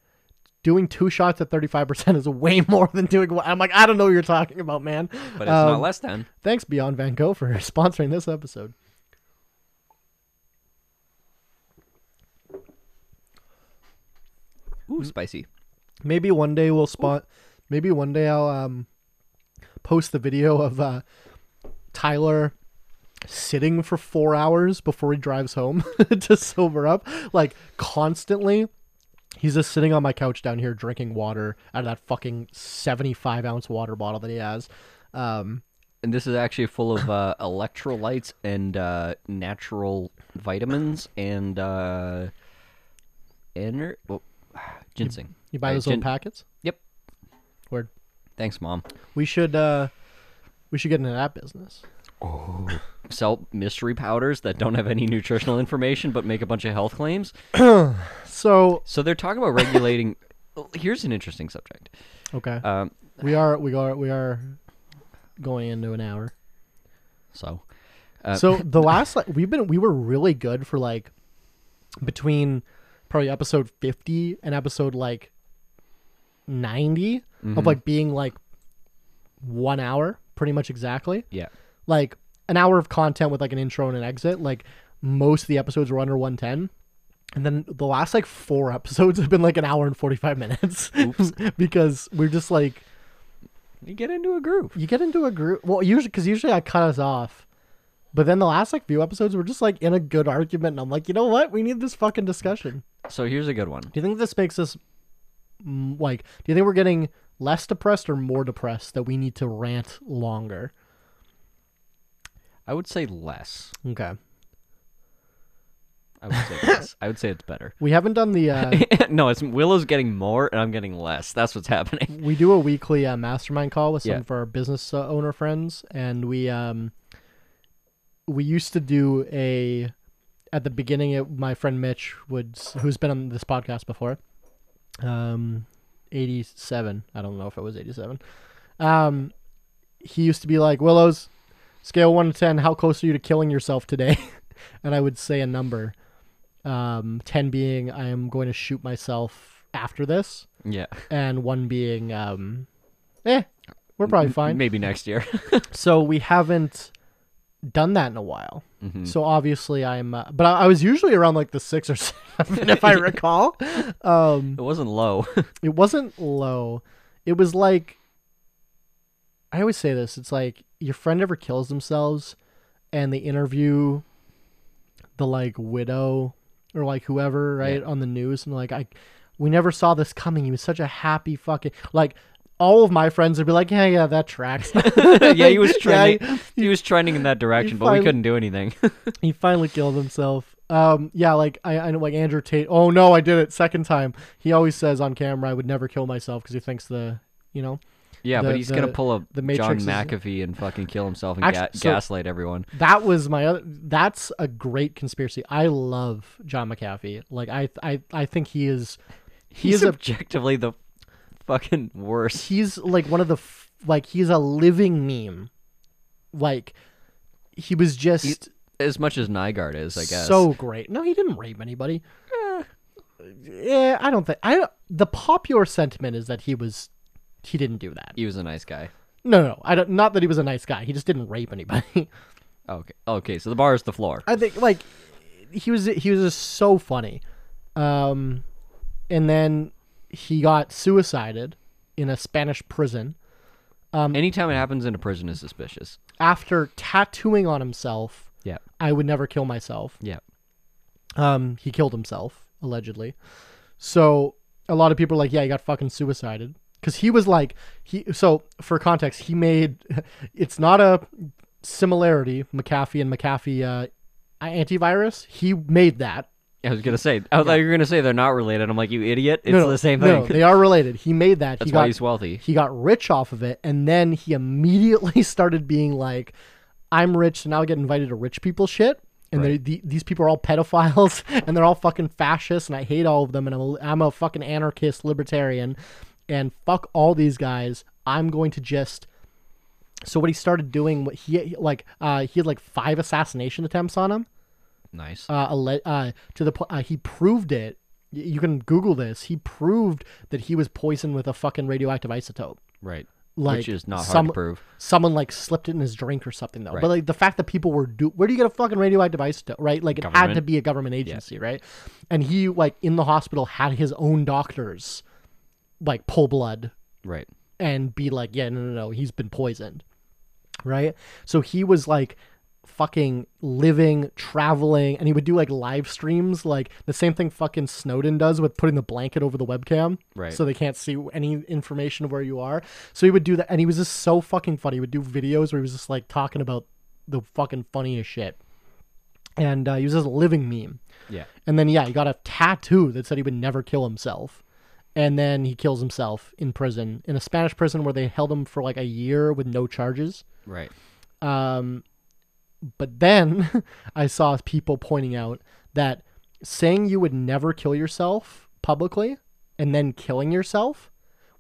S3: "Doing two shots at thirty five percent is way more than doing one." I'm like, "I don't know what you're talking about, man."
S2: but it's
S3: Um,
S2: not less than.
S3: Thanks Beyond Van Gogh for sponsoring this episode.
S2: Ooh, spicy.
S3: Maybe one day we'll spot. Maybe one day I'll um, post the video of uh, Tyler sitting for four hours before he drives home to sober up. Like constantly, he's just sitting on my couch down here drinking water out of that fucking seventy-five ounce water bottle that he has. Um,
S2: And this is actually full of uh, electrolytes and uh, natural vitamins and uh, ener- well, ginseng.
S3: you buy
S2: Uh,
S3: those little
S2: gin-
S3: packets.
S2: Yep.
S3: Word.
S2: Thanks, mom.
S3: We should. Uh, we should get into that business. Oh.
S2: Sell mystery powders that don't have any nutritional information but make a bunch of health claims.
S3: So
S2: So they're talking about regulating. Here's an interesting subject.
S3: okay,
S2: Um,
S3: we are we are we are going into an hour.
S2: so, uh,
S3: so the last like we've been we were really good for like between probably episode 50 and episode like 90 of like being like one hour pretty much exactly
S2: yeah,
S3: like an hour of content with like an intro and an exit like most of the episodes were under 110 and then the last like four episodes have been like an hour and 45 minutes because we're just like
S2: you get into a groove.
S3: you get into a group. Well, usually because usually I cut us off, but then the last like few episodes were just like in a good argument, and I'm like, you know what? We need this fucking discussion.
S2: So here's a good one.
S3: Do you think this makes us mm, like? Do you think we're getting less depressed or more depressed that we need to rant longer?
S2: I would say less.
S3: Okay,
S2: I would say less. I would say it's better.
S3: we haven't done the. Uh,
S2: no, it's Willow's getting more and I'm getting less. That's what's happening.
S3: we do a weekly uh, mastermind call with some
S2: Yeah.
S3: of our business uh, owner friends, and we um we used to do a at the beginning. It, my friend Mitch would, s- who's been on this podcast before, um, eighty seven. I don't know if it was eighty seven. Um, he used to be like Willows, scale one to ten. How close are you to killing yourself today? and I would say a number, um, ten being I am going to shoot myself after this
S2: Yeah,
S3: and one being um eh we're probably fine
S2: maybe next year.
S3: so we haven't done that in a while
S2: Mm-hmm. Mm.
S3: so obviously i'm uh, but I, I was usually around like the six or seven if i recall um
S2: it wasn't low.
S3: it wasn't low it was like i always say this it's like your friend ever kills themselves and they interview the like widow or like whoever right on the news and like i we never saw this coming he was such a happy fucking like all of my friends would be like yeah yeah that tracks
S2: yeah, he was
S3: Yeah,
S2: trending. he was trending in that direction, but
S3: finally-
S2: we couldn't do anything.
S3: he finally killed himself. Um, yeah, like I, I know, like Andrew Tate. Oh no, I did it second time. He always says on camera, "I would never kill myself" because he thinks the, you know,
S2: yeah,
S3: The-
S2: but he's gonna
S3: the-
S2: pull up
S3: the
S2: John
S3: Matrix is-
S2: McAfee and fucking kill himself and
S3: Actu-
S2: ga-
S3: so-
S2: gaslight everyone.
S3: that was my other. That's a great conspiracy. I love John McAfee. Like I, I, I think he is, he
S2: He's
S3: is a,
S2: objectively the fucking worst.
S3: he's like one of the f- like he's a living meme. Like he was just
S2: as much as Nygaard is, I guess. Eh.
S3: so great. No, he didn't rape anybody. Yeah, I don't think I. The popular sentiment is that he was, he didn't do that.
S2: he was a nice guy.
S3: No, no, I don't. Not that he was a nice guy. He just didn't rape anybody.
S2: Okay, okay. So the bar is the floor.
S3: I think like he was he was just so funny. Um and then he got suicided in a Spanish prison
S2: Anytime it happens in a prison is suspicious.
S3: after tattooing on himself
S2: Yeah,
S3: I would never kill myself.
S2: yeah.
S3: Um he killed himself allegedly. So a lot of people are like yeah, he got fucking suicided cuz he was like he so for context, he made it's not a similarity McAfee and McAfee uh antivirus. He made that
S2: I was gonna say. I thought you were gonna say they're not related. I'm like, you idiot. It's the same
S3: no,
S2: thing.
S3: they are related. He made that.
S2: That's
S3: he
S2: why
S3: got,
S2: he's wealthy.
S3: He got rich off of it, and then he immediately started being like, "I'm rich, so now I get invited to rich people shit." And
S2: Right.
S3: they, the, these people are all pedophiles, and they're all fucking fascists, and I hate all of them, and I'm a, I'm a fucking anarchist libertarian, and fuck all these guys. I'm going to just. So what he started doing, what he like, uh, he had like five assassination attempts on him
S2: nice.
S3: uh, alle- uh, to the po- uh, he proved it. Y- You can Google this. He proved that he was poisoned with a fucking radioactive isotope.
S2: right.
S3: Like
S2: Which is not hard
S3: some-
S2: to prove.
S3: Someone like slipped it in his drink or something though.
S2: Right.
S3: But like the fact that people were do where do you get a fucking radioactive isotope, right? Like it had to
S2: Government.
S3: be a government agency, right? And he like in the hospital had his own doctors like pull blood
S2: Right.
S3: and be like, yeah, no, no, no, he's been poisoned. Right? So he was like fucking living, traveling, and he would do like live streams, like the same thing fucking Snowden does with putting the blanket over the webcam.
S2: Right.
S3: So they can't see any information of where you are. So he would do that. And he was just so fucking funny. He would do videos where he was just like talking about the fucking funniest shit. And uh, he was just a living meme.
S2: Yeah.
S3: And then yeah, he got a tattoo that said he would never kill himself. And then he kills himself in prison, in a Spanish prison where they held him for like a year with no charges.
S2: Right.
S3: Um, but then I saw people pointing out that saying you would never kill yourself publicly and then killing yourself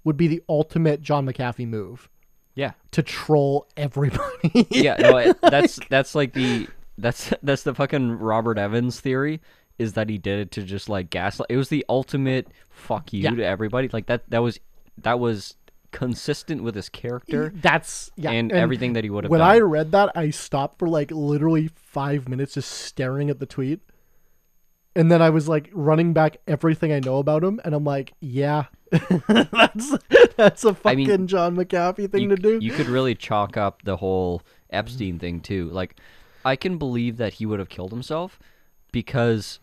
S3: would be the ultimate John McAfee move
S2: Yeah.
S3: to troll everybody.
S2: Yeah. No. I- that's that's like the that's that's the fucking Robert Evans theory. Is that he did it to just like gaslight? It was the ultimate fuck you
S3: Yeah.
S2: to everybody. Like that. That was that was consistent with his character
S3: That's yeah,
S2: and, everything that he would have
S3: when
S2: done.
S3: I read that, I stopped for like literally five minutes just staring at the tweet. And then I was like running back everything I know about him, and I'm like, yeah, that's that's a
S2: I
S3: fucking
S2: mean,
S3: John McAfee
S2: you,
S3: thing to do.
S2: you could really chalk up the whole Epstein thing too. Like, I can believe that he would have killed himself because,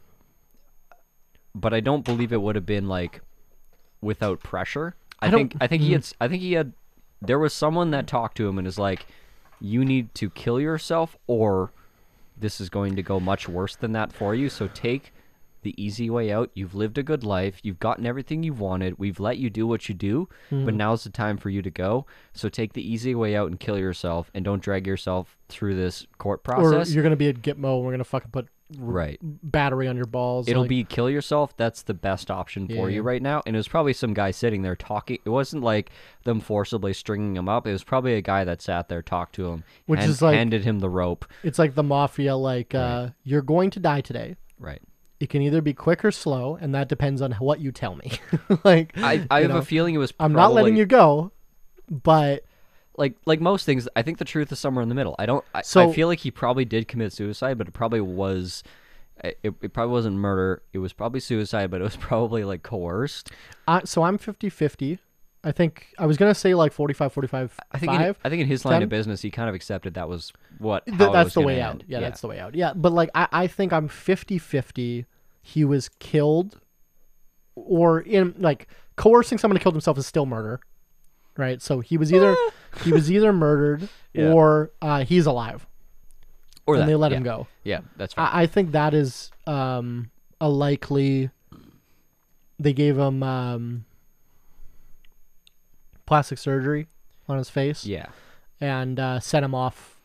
S2: but I don't believe it would have been like without pressure. I,
S3: I don't- mm-hmm.
S2: think I think he had s- I think he had there was someone that talked to him and is like, you need to kill yourself or this is going to go much worse than that for you. So take the easy way out. You've lived a good life. You've gotten everything you've wanted. We've let you do what you do,
S3: Mm-hmm.
S2: but now's the time for you to go. So take the easy way out and kill yourself and don't drag yourself through this court
S3: or
S2: process.
S3: you're gonna be at Gitmo, and we're gonna fucking put
S2: right.
S3: battery on your balls.
S2: It'll
S3: like-
S2: be kill yourself. That's the best option for
S3: Yeah.
S2: you right now. And it was probably some guy sitting there talking. It wasn't like them forcibly stringing him up. It was probably a guy that sat there, talked to him,
S3: Which
S2: hand-
S3: is like-
S2: handed him the rope.
S3: it's like the mafia, like uh, you're going to die today.
S2: Right.
S3: It can either be quick or slow, and that depends on what you tell me. like
S2: I, I
S3: you
S2: have
S3: know,
S2: a feeling it was.
S3: I'm not letting
S2: probably-
S3: you go, but
S2: like like most things, I think the truth is somewhere in the middle. I don't. I,
S3: So-
S2: I feel like he probably did commit suicide, but it probably was. It, it probably wasn't murder. It was probably suicide, but it was probably like coerced.
S3: I, so I'm 50 50. I think I was going to say like 45 45
S2: I think. In,
S3: 5.
S2: I think in his line
S3: ten?
S2: of business, he kind of accepted that was what.
S3: Th-
S2: how it
S3: that's
S2: was
S3: the
S2: gonna
S3: way out.
S2: end.
S3: Yeah, that's the way out. Yeah, but like I, I think I'm 50 50. He was killed or in like coercing someone to kill himself is still murder. Right? So he was either he was either murdered
S2: Yeah.
S3: or uh, he's alive
S2: Or
S3: and
S2: that,
S3: they let
S2: yeah.
S3: him go.
S2: Yeah, that's right.
S3: I, I think that is um, a likely. They gave him um, plastic surgery on his face
S2: yeah,
S3: and uh, sent him off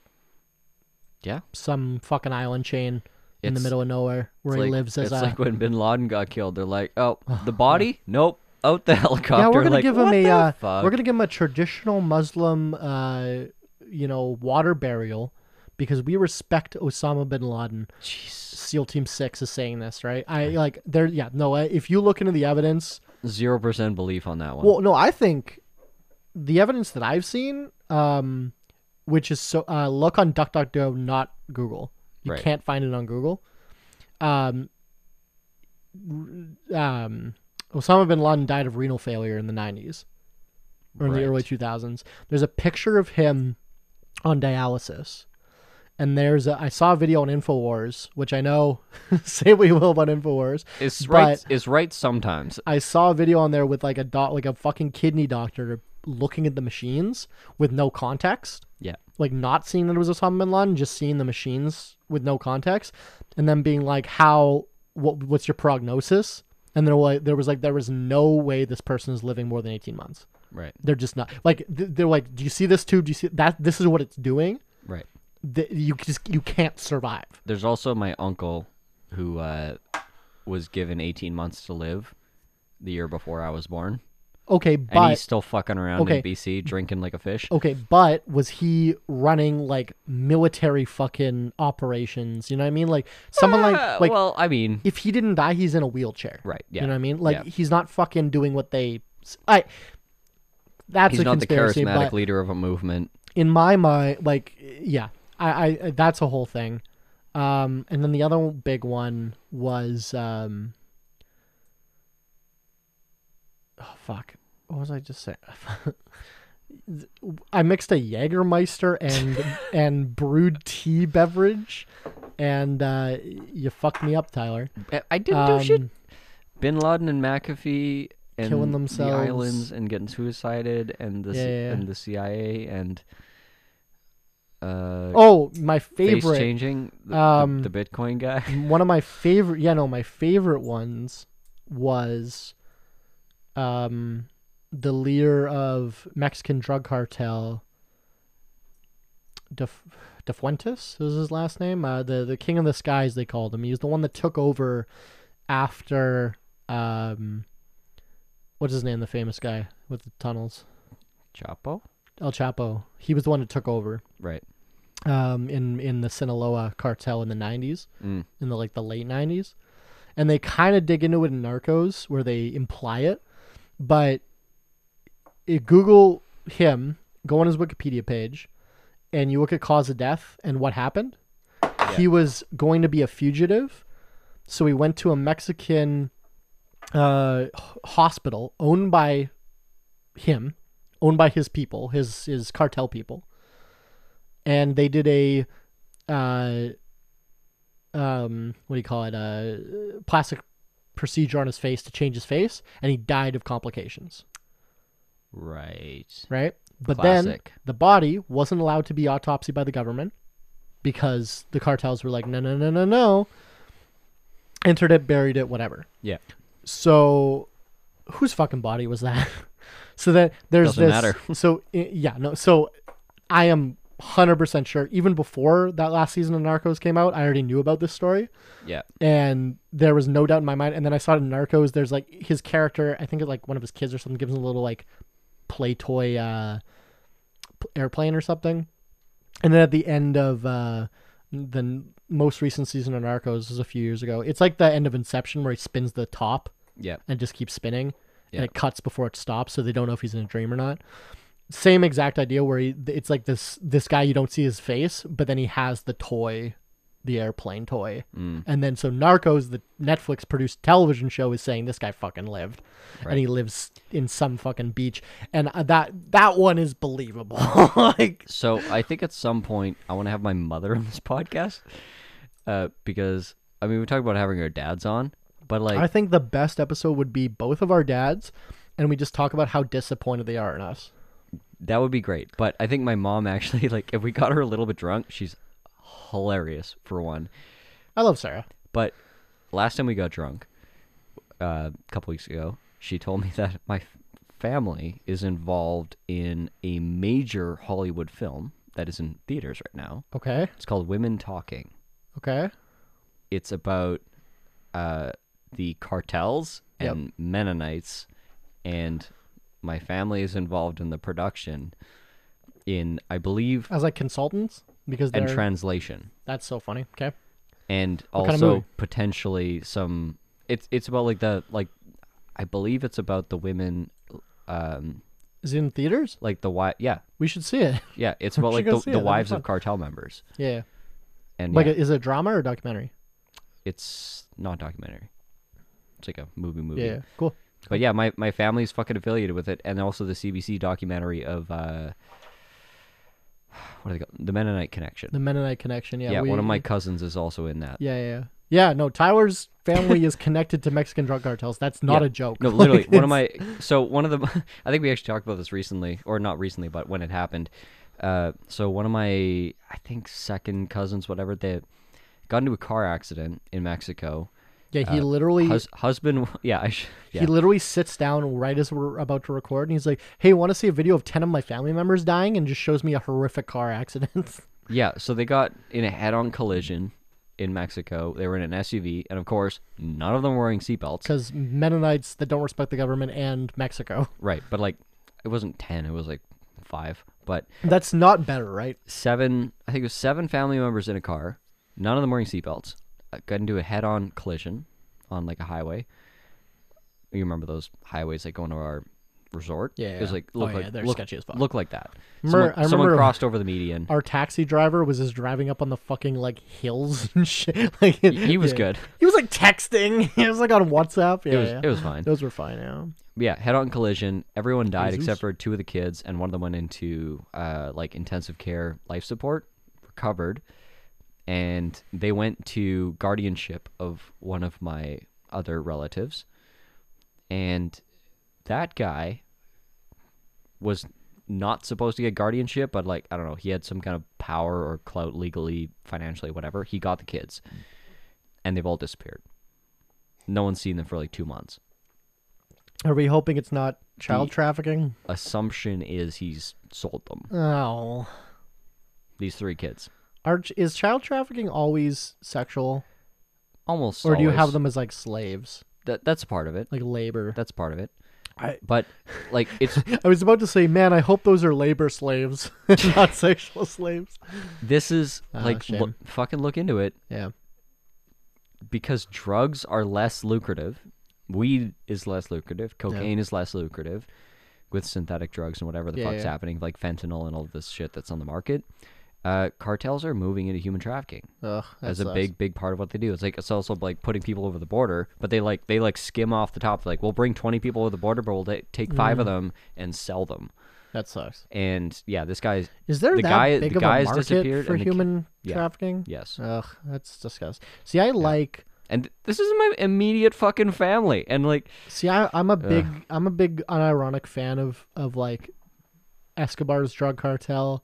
S2: yeah.
S3: some fucking island chain in the
S2: It's-
S3: middle of nowhere
S2: It's
S3: where he
S2: like,
S3: lives as
S2: it's
S3: a.
S2: like when Bin Laden got killed. They're like, oh, the body? Nope. out the helicopter.
S3: yeah, we're gonna
S2: like,
S3: give him
S2: what
S3: a
S2: the
S3: uh,
S2: fuck?
S3: we're gonna give him a traditional Muslim, uh, you know, water burial because we respect Osama bin Laden.
S2: Jeez.
S3: SEAL Team Six is saying this, right? I like there. Yeah, no. I- If you look into the evidence,
S2: Zero percent belief on that one.
S3: well, no, I think the evidence that I've seen, um, which is so uh, look on DuckDuckGo, not Google. You
S2: Right.
S3: can't find it on Google. Um, um, Osama bin Laden died of renal failure in the '90s or in
S2: Right.
S3: the early 2000s. There's a picture of him on dialysis. And there's a, I saw a video on Infowars, which I know say what you will about Infowars.
S2: it's
S3: but-
S2: right. It's right sometimes.
S3: I saw a video on there with like a doc, like a fucking kidney doctor looking at the machines with no context,
S2: Yeah.
S3: like not seeing that it was Osama bin Laden, just seeing the machines with no context, and then being like, "How? What? What's your prognosis?" And there was there was like there was no way this person is living more than 18 months.
S2: Right.
S3: They're just not like th- they're like, do you see this tube? Do you see that? This is what it's doing.
S2: Right.
S3: Th- you just you can't survive.
S2: There's also my uncle, who uh, was given 18 months to live, the year before I was born,
S3: Okay,
S2: and
S3: but
S2: he's still fucking around
S3: okay.
S2: in BC drinking like a fish.
S3: okay, but was he running like military fucking operations? You know what I mean? Like someone
S2: Uh,
S3: like like
S2: well, I mean,
S3: if he didn't die, he's in a wheelchair.
S2: Right, yeah,
S3: You know what I mean? Like
S2: yeah.
S3: he's not fucking doing what they. I. That's
S2: he's
S3: a
S2: not the
S3: conspiracy,
S2: charismatic
S3: but
S2: leader of a movement.
S3: in my mind, like yeah, I, I that's a whole thing. Um, and then the other big one was um. Oh fuck! What was I just saying? I mixed a Jägermeister and and brewed tea beverage, and uh, you fucked me up, Tyler.
S2: I- I didn't
S3: Um,
S2: do shit. Bin Laden and McAfee and
S3: Killing
S2: the
S3: themselves.
S2: islands and getting suicided and the C-
S3: Yeah, yeah, yeah.
S2: and the CIA and uh
S3: Oh, my
S2: face
S3: favorite.
S2: changing the, the-
S3: Um,
S2: the Bitcoin guy.
S3: one of my favorite yeah no my favorite ones was um the leader of mexican drug cartel De, De Fuentes was his last name uh, the the king of the skies they called him he was the one that took over after um what's his name the famous guy with the tunnels
S2: Chapo?
S3: El Chapo he was the one that took over
S2: Right.
S3: um, in in the Sinaloa cartel in the '90s,
S2: Mm.
S3: in the like the late '90s, and they kind of dig into it in Narcos, where they imply it. But it, Google him, go on his Wikipedia page, and you look at cause of death and what happened. He was going to be a fugitive, so he went to a Mexican uh, h- hospital owned by him, owned by his people, his his cartel people and they did a uh um what do you call it a plastic procedure on his face to change his face and he died of complications
S2: Right.
S3: right but then
S2: Classic.
S3: the body wasn't allowed to be autopsy by the government because the cartels were like no no no no no entered it buried it whatever
S2: Yeah.
S3: so whose fucking body was that so that there's
S2: Doesn't
S3: this
S2: matter.
S3: so i- yeah no so i am 100% sure even before that last season of narcos came out i already knew about this story
S2: Yeah.
S3: and there was no doubt in my mind and then i saw it in narcos there's like his character i think it's like one of his kids or something gives him a little like play toy uh p- airplane or something and then at the end of uh the n- most recent season of narcos this is a few years ago it's like the end of inception where he spins the top
S2: Yeah.
S3: and just keeps spinning
S2: Yeah.
S3: and it cuts before it stops so they don't know if he's in a dream or not same exact idea where he, it's like this this guy you don't see his face but then he has the toy the airplane toy
S2: Mm.
S3: and then so narcos the netflix produced television show is saying this guy fucking lived
S2: Right.
S3: and he lives in some fucking beach and uh, that that one is believable like
S2: So I think at some point I want to have my mother on this podcast, uh, because I mean we talked about having our dads on, but like
S3: i think the best episode would be both of our dads and we just talk about how disappointed they are in us
S2: That would be great. But I think my mom actually like if we got her a little bit drunk, she's hilarious for one.
S3: i love sarah
S2: But last time we got drunk, uh, a couple weeks ago, she told me that my f- family is involved in a major Hollywood film that is in theaters right now.
S3: okay
S2: It's called Women Talking.
S3: okay
S2: It's about uh, the cartels
S3: Yep.
S2: and Mennonites and my family is involved in the production in I believe
S3: As like consultants because they're
S2: and translation
S3: that's so funny. Okay.
S2: and
S3: kind of
S2: also
S3: movie?
S2: potentially some it's it's about like the like I believe it's about the women um
S3: Is it in theaters?
S2: like the why yeah
S3: We should see it.
S2: yeah it's about like
S3: should go
S2: the,
S3: see it,
S2: the
S3: that'd be
S2: wives
S3: fun.
S2: of cartel members
S3: Yeah.
S2: and
S3: Like,
S2: yeah,
S3: is it drama or documentary?
S2: it's not documentary it's like a movie movie
S3: Yeah. Cool.
S2: But yeah, my, my family's fucking affiliated with it, and also the CBC documentary of uh, what are they called? The Mennonite Connection.
S3: The Mennonite connection. Yeah.
S2: yeah,
S3: we-
S2: one of my
S3: we-
S2: cousins is also in that.
S3: Yeah, yeah, yeah. Yeah, no, Tyler's family is connected to Mexican drug cartels. That's not
S2: Yeah.
S3: a joke.
S2: No,
S3: Like,
S2: literally, one of
S3: it's-
S2: my so one of the I think we actually talked about this recently, or not recently, but when it happened. Uh, so one of my I think second cousins, whatever, they got into a car accident in Mexico.
S3: Yeah, he literally
S2: uh, Hus- husband, yeah, I sh- yeah.
S3: he literally sits down right as we're about to record and he's like, "Hey, want to see a video of 10 of my family members dying?" and just shows me a horrific car accident.
S2: Yeah, so they got in a head-on collision in Mexico. They were in an SUV, and of course, none of them were wearing seatbelts.
S3: Cuz Mennonites that don't respect the government and Mexico.
S2: Right, but like, it wasn't ten; it was like five. But
S3: That's not better, right?
S2: seven, I think it was seven family members in a car. None of them wearing seatbelts. Uh, Got into a head-on collision on like a highway. You remember those highways that go into our resort?
S3: Yeah,
S2: it was
S3: yeah.
S2: like
S3: Oh,
S2: look
S3: yeah,
S2: like
S3: they're
S2: look,
S3: sketchy as fuck.
S2: look like that.
S3: Remember-
S2: someone,
S3: I
S2: someone
S3: remember-
S2: crossed over the median.
S3: Our taxi driver was just driving up on the fucking like hills and shit. Like
S2: he was good.
S3: He was like texting. He was like on WhatsApp. Yeah,
S2: it was
S3: yeah.
S2: it was fine.
S3: Those were fine. Yeah.
S2: yeah, head-on collision. Everyone died
S3: Jesus.
S2: except for two of the kids, and one of them went into uh, like intensive care life support, recovered, and they went to guardianship of one of my other relatives, and that guy was not supposed to get guardianship, but like I don't know, he had some kind of power or clout legally, financially, whatever. He got the kids, and they've all disappeared. No one's seen them for like two months.
S3: Are we hoping it's not child
S2: The-
S3: trafficking?
S2: assumption is he's sold them.
S3: Oh.
S2: These three kids.
S3: Are, is child trafficking always sexual?
S2: Almost.
S3: Or do you have
S2: always.
S3: them as like slaves?
S2: That, that's part of it.
S3: Like labor?
S2: That's part of it.
S3: I-
S2: But like it's
S3: I was about to say, man, I hope those are labor slaves, not sexual slaves.
S2: this is
S3: Ah,
S2: like
S3: shame.
S2: look, fucking look into it
S3: Yeah.
S2: because drugs are less lucrative. Weed is less lucrative. Cocaine is less lucrative with synthetic drugs and whatever the
S3: Yeah,
S2: fuck's
S3: yeah.
S2: happening, like fentanyl and all this shit that's on the market. Uh, cartels are moving into human trafficking.
S3: Ugh, that
S2: as a
S3: sucks.
S2: big big part of what they do. It's like it's also like putting people over the border, but they like they like skim off the top. Like we'll bring twenty people over the border, but we'll ta- take five
S3: Mm.
S2: of them and sell them.
S3: That sucks.
S2: And yeah, this guy's
S3: Is there
S2: The
S3: that
S2: guy-
S3: big
S2: the
S3: of
S2: guy
S3: a
S2: has
S3: market
S2: disappeared
S3: for
S2: and the ki-
S3: human
S2: Yeah.
S3: trafficking?
S2: yes,
S3: Ugh, that's disgusting. See, I like.
S2: and th- this is my immediate fucking family, and like
S3: See, I, I'm a big, I'm a big unironic fan of of like Escobar's drug cartel.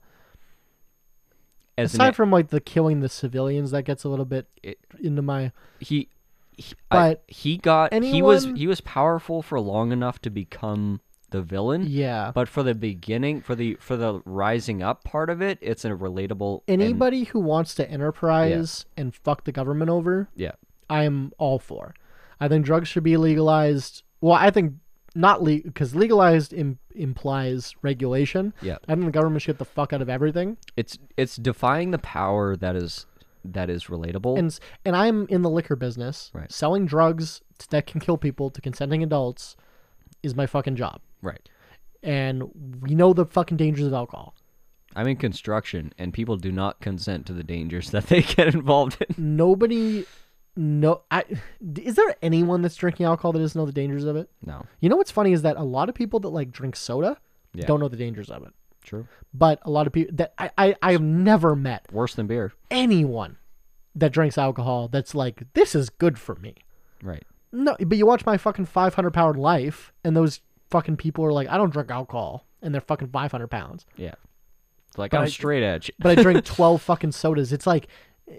S2: as
S3: Aside
S2: an,
S3: from like the killing the civilians, that gets a little bit
S2: It-
S3: into my.
S2: he. He, I,
S3: But
S2: he got he was
S3: anyone-
S2: he was powerful for long enough to become the villain
S3: Yeah.
S2: but for the beginning for the for the rising up part of it it's a relatable and-
S3: Anybody who wants to enterprise and fuck the government over,
S2: yeah
S3: I'm all for. I think drugs should be legalized. Well, I think not legal because legalized Im- implies regulation.
S2: yeah
S3: I think the government should get the fuck out of everything.
S2: it's it's defying the power that is that is relatable.
S3: And s- and I'm in the liquor business.
S2: Right.
S3: Selling drugs t- that can kill people to consenting adults is my fucking job.
S2: right.
S3: And we know the fucking dangers of alcohol.
S2: I'm in construction, and people do not consent to the dangers that they get involved in.
S3: Nobody, no, I d- is there anyone that's drinking alcohol that doesn't know the dangers of it?
S2: No.
S3: You know what's funny is that a lot of people that like drink soda
S2: Yeah.
S3: don't know the dangers of it.
S2: True.
S3: But a lot of people that I, I I have never met
S2: Worse than beer.
S3: anyone that drinks alcohol that's like this is good for me.
S2: Right.
S3: No, but you watch my fucking 500 pound life, and those fucking people are like, I don't drink alcohol, and they're fucking 500 pounds.
S2: Yeah. It's like
S3: But
S2: I'm
S3: I-
S2: straight edge.
S3: But I drink 12 fucking sodas. It's like, eh,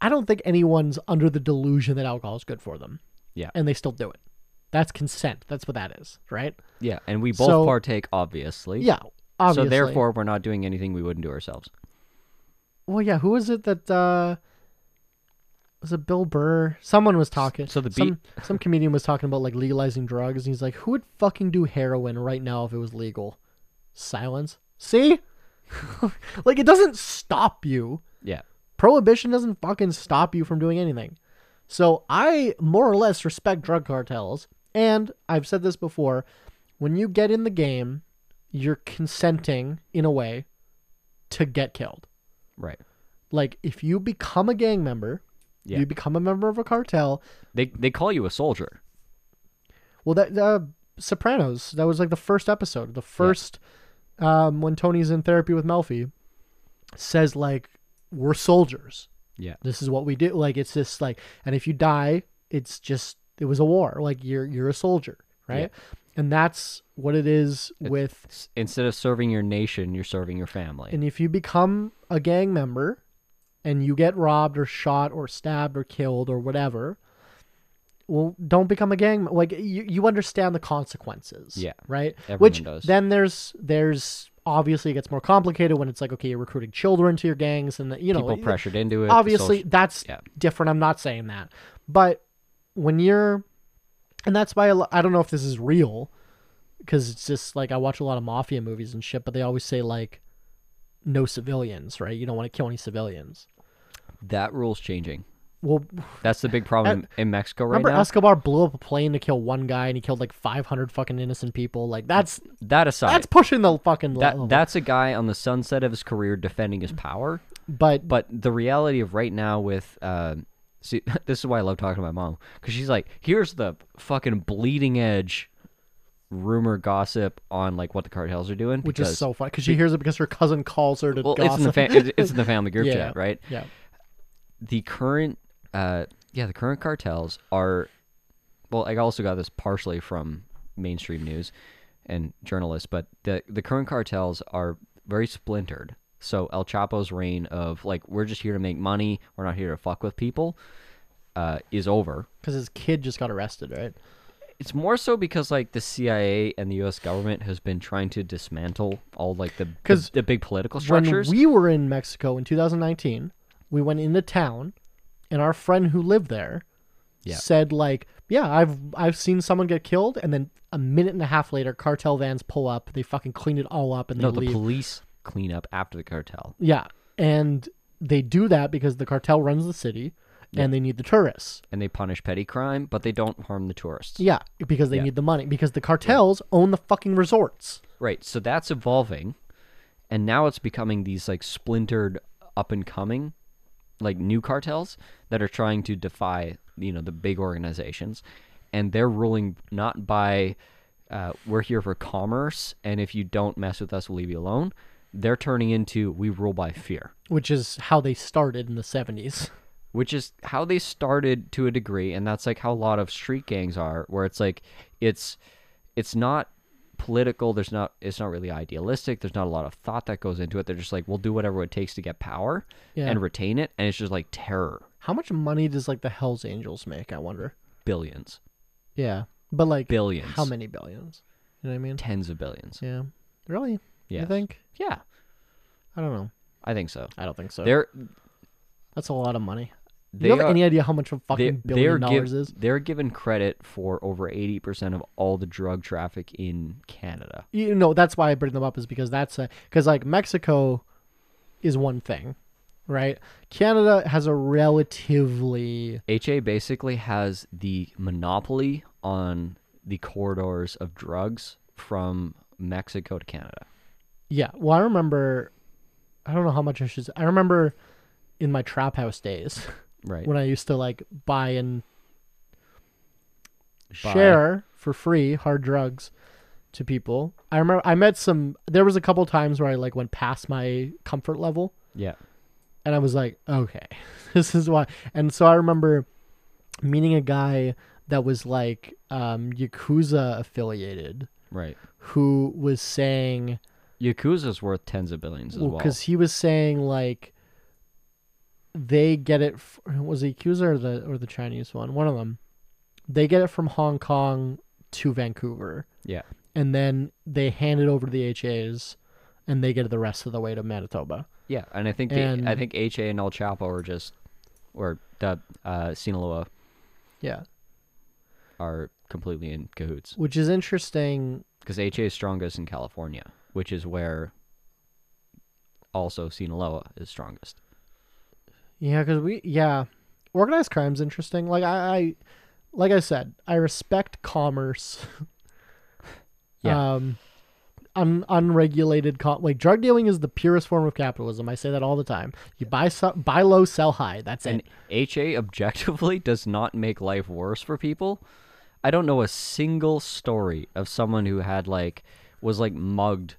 S3: I don't think anyone's under the delusion that alcohol is good for them.
S2: Yeah.
S3: And they still do it. That's consent. That's what that is, right?
S2: Yeah, and we both
S3: So-
S2: partake, obviously.
S3: Yeah. Obviously.
S2: So therefore, we're not doing anything we wouldn't do ourselves.
S3: well, yeah. Who is it that uh, was it Bill Burr? Someone was talking.
S2: so the
S3: some, some comedian was talking about like legalizing drugs, and he's like, "Who would fucking do heroin right now if it was legal?" Silence. See, like it doesn't stop you.
S2: Yeah.
S3: Prohibition doesn't fucking stop you from doing anything. So I more or less respect drug cartels, and I've said this before: when you get in the game, you're consenting in a way to get killed
S2: Right.
S3: like if you become a gang member
S2: Yeah.
S3: you become a member of a cartel
S2: They they call you a soldier.
S3: well that uh, sopranos that was like the first episode the first um, when tony's in therapy with melfi says like we're soldiers
S2: Yeah.
S3: this is what we do like it's just like and if you die it's just it was a war like you're you're a soldier right and that's what it is with
S2: S- Instead of serving your nation, you're serving your family.
S3: And if you become a gang member and you get robbed or shot or stabbed or killed or whatever, well, don't become a gang. mem- Like you, you understand the consequences.
S2: Yeah.
S3: Right.
S2: Everyone
S3: Which
S2: does.
S3: then there's there's obviously it gets more complicated when it's like okay you're recruiting children to your gangs and the, you know
S2: People
S3: it-
S2: pressured into it. the
S3: obviously
S2: social-
S3: that's
S2: yeah.
S3: different i'm not saying that but when you're and that's why a lo- i don't know if this is real because it's just like i watch a lot of mafia movies and shit but they always say like no civilians right you don't want to kill any civilians
S2: that rule's changing.
S3: well
S2: That's the big problem in Mexico right
S3: remember
S2: now.
S3: escobar blew up a plane to kill one guy and he killed like 500 fucking innocent people like that's
S2: that aside,
S3: that's pushing the fucking
S2: that
S3: level
S2: that's a guy on the sunset of his career defending his power.
S3: but
S2: But the reality of right now with uh, see, this is why I love talking to my mom because she's like, here's the fucking bleeding edge rumor gossip on like what the cartels are doing,
S3: which
S2: because,
S3: is so funny because she hears it because her cousin calls her to
S2: well,
S3: gossip.
S2: it's in the fa- it's- it's in the family group
S3: Yeah.
S2: chat, right?
S3: yeah
S2: the current uh yeah the current cartels are well i also got this partially from mainstream news and journalists but the the current cartels are very splintered so el chapo's reign of like we're just here to make money we're not here to fuck with people uh is over
S3: because his kid just got arrested right
S2: it's more so because like the cia and the us government has been trying to dismantle all like the
S3: 'Cause
S2: the, the big political structures
S3: When we were in Mexico in 2019, we went into town, and our friend who lived there
S2: Yeah.
S3: said like, "Yeah, I've I've seen someone get killed, and then a minute and a half later, cartel vans pull up, they fucking clean it all up, and they
S2: no the
S3: leave."
S2: police clean up after the cartel
S3: yeah, and they do that because the cartel runs the city, and they need the tourists.
S2: and they punish petty crime but they don't harm the tourists
S3: Yeah, because they
S2: Yeah.
S3: need the money because the cartels own the fucking resorts.
S2: Right. So that's evolving, and now it's becoming these like splintered up and coming, like new cartels that are trying to defy you know the big organizations, and they're ruling not by uh, we're here for commerce, and if you don't mess with us, we'll leave you alone. They're turning into we rule by fear,
S3: Which is how they started in the 70s.
S2: which is how they started to a degree, and that's like how a lot of street gangs are, where it's like it's it's not political there's not it's not really idealistic there's not a lot of thought that goes into it they're just like we'll do whatever it takes to get power
S3: Yeah.
S2: and retain it and it's just like terror
S3: How much money does like the Hells Angels make? I wonder.
S2: billions
S3: Yeah, but like
S2: Billions.
S3: How many billions? You know what I mean?
S2: tens of billions
S3: Yeah. Really?
S2: yeah
S3: You think?
S2: yeah
S3: I don't know.
S2: i think so
S3: I don't think so.
S2: they're
S3: That's a lot of money. Do
S2: they
S3: you have
S2: are,
S3: any idea how much a
S2: they,
S3: fucking
S2: they are giv-
S3: billion dollars is?
S2: they're given credit for over 80% of all the drug traffic in canada
S3: You know, that's why I bring them up is because that's a because like Mexico is one thing, right? Canada has a relatively
S2: ha basically has the monopoly on the corridors of drugs from mexico to canada
S3: yeah. Well, I remember. I don't know how much I should. I remember in my trap house days
S2: right
S3: when I used to like buy and
S2: Buy.
S3: share for free hard drugs to people. I remember I met some there was a couple times where I like went past my comfort level
S2: yeah
S3: and I was like, okay, this is why. And so I remember meeting a guy that was like um yakuza affiliated
S2: right
S3: who was saying
S2: Yakuza's worth tens of billions as well.
S3: because he was saying like they get it f- was it Yakuza or the or the Chinese one one of them they get it from Hong Kong to Vancouver
S2: yeah,
S3: and then they hand it over to the HAs and they get it the rest of the way to Manitoba
S2: yeah, and I think
S3: And-
S2: the, I think Ha and El Chapo are just or that uh, Sinaloa
S3: Yeah.
S2: are completely in cahoots
S3: Which is interesting.
S2: because HA is strongest in California, which is where also Sinaloa is strongest.
S3: Yeah, because we yeah, organized crime's interesting. Like I, I, like I said, I respect commerce.
S2: Yeah.
S3: Um, un- unregulated co- like drug dealing is the purest form of capitalism. I say that all the time. You buy so- buy low, sell high. That's
S2: And
S3: it.
S2: HA objectively does not make life worse for people. I don't know a single story of someone who had like was like mugged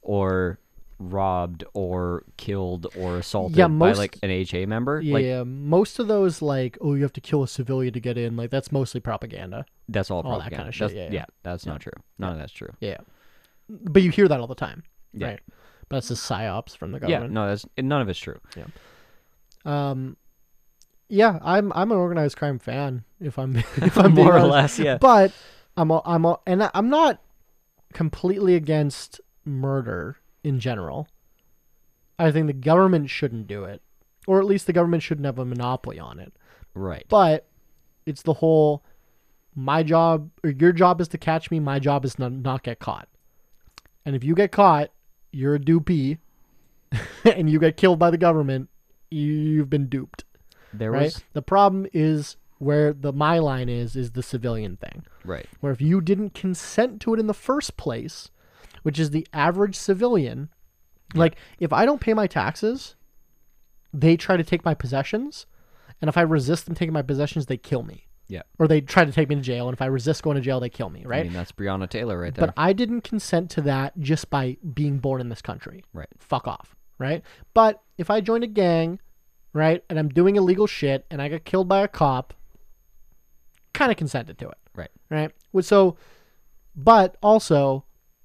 S2: or robbed or killed or assaulted
S3: most-
S2: by like an HA member. Like
S3: Yeah, most of those like oh you have to kill a civilian to get in like that's mostly propaganda.
S2: that's all
S3: All that
S2: propaganda.
S3: kinda shit,
S2: That's-
S3: yeah, yeah.
S2: that's not true. None of that's true.
S3: Yeah, but you hear that all the time.
S2: Yeah.
S3: Right. But that's just psyops from the
S2: Yeah,
S3: government.
S2: no, that's none of it's true.
S3: Um, yeah, I'm I'm an organized crime fan. If I'm if I'm being
S2: More or
S3: honest.
S2: less, yeah.
S3: but I'm all, I'm all, and I'm not completely against murder in general. I think the government shouldn't do it, or at least the government shouldn't have a monopoly on it.
S2: Right.
S3: But it's the whole my job or your job is to catch me. My job is not not get caught. And if you get caught, you're a dupee, and you get killed by the government. You've been duped
S2: There
S3: right?
S2: was
S3: The problem is where the my line is is the civilian thing.
S2: right.
S3: Where if you didn't consent to it in the first place, which is the average civilian, like if I don't pay my taxes, they try to take my possessions, and if I resist them taking my possessions, they kill me.
S2: Yeah.
S3: Or they try to take me to jail, and if I resist going to jail, they kill me,
S2: I
S3: right?
S2: mean, that's Breonna Taylor right there.
S3: But I didn't consent to that just by being born in this country.
S2: Right.
S3: Fuck off. Right. But if I join a gang, right, and I'm doing illegal shit and I get killed by a cop, kind of consented to it.
S2: Right.
S3: Right. Well, So, but also,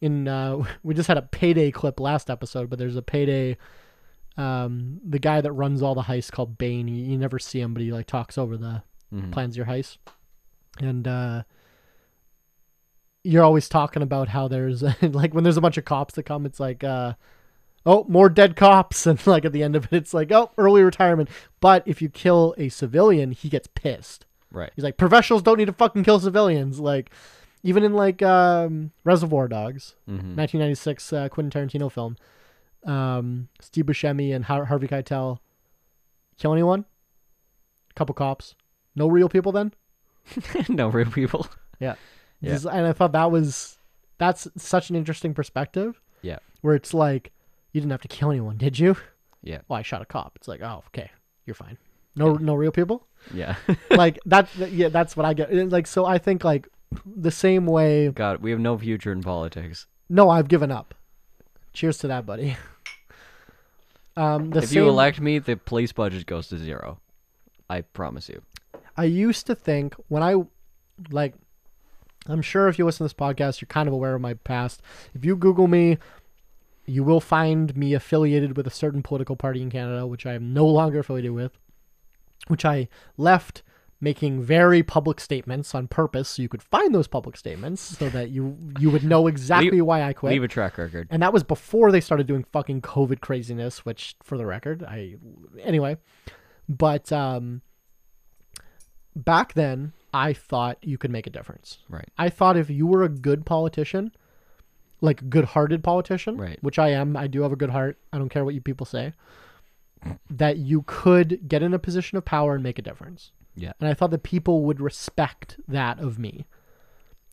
S3: in uh, we just had a payday clip last episode, but there's a payday. Um, the guy that runs all the heists called Bane. You, you never see him, but he like talks over the
S2: Mhm.
S3: plans your heist, and uh, you're always talking about how there's like when there's a bunch of cops that come, it's like, uh, oh, more dead cops, and like at the end of it, it's like, oh, early retirement. But if you kill a civilian, he gets pissed.
S2: Right.
S3: He's like, professionals don't need to fucking kill civilians. Like, even in like um, Reservoir Dogs,
S2: Mhm.
S3: 1996 uh, Quentin Tarantino film, um, Steve Buscemi and Har- Harvey Keitel kill anyone? Couple cops, no real people. Then
S2: no real people. Yeah.
S3: This- and I thought that was that's such an interesting perspective.
S2: Yeah.
S3: where it's like you didn't have to kill anyone, did you?
S2: Yeah.
S3: Well, I shot a cop. It's like, oh, okay, you're fine. No, no real people.
S2: Yeah.
S3: like that. Yeah, that's what I get. And, Like, so I think like the same way.
S2: God, we have no future in politics.
S3: No, I've given up. Cheers to that, buddy. Um, the
S2: if
S3: same,
S2: you elect me, the police budget goes to zero. I promise you.
S3: I used to think when I, like, I'm sure if you listen to this podcast, you're kind of aware of my past. If you Google me, you will find me affiliated with a certain political party in Canada, which I am no longer affiliated with, which I left making very public statements on purpose so you could find those public statements so that you you would know exactly why I quit.
S2: Leave a track record.
S3: And that was before they started doing fucking COVID craziness, which, for the record, I. Anyway. But um, back then, I thought you could make a difference.
S2: Right.
S3: I thought if you were a good politician, like good hearted politician,
S2: Right.
S3: which I am, I do have a good heart. I don't care what you people say, that you could get in a position of power and make a difference.
S2: Yeah.
S3: And I thought that people would respect that of me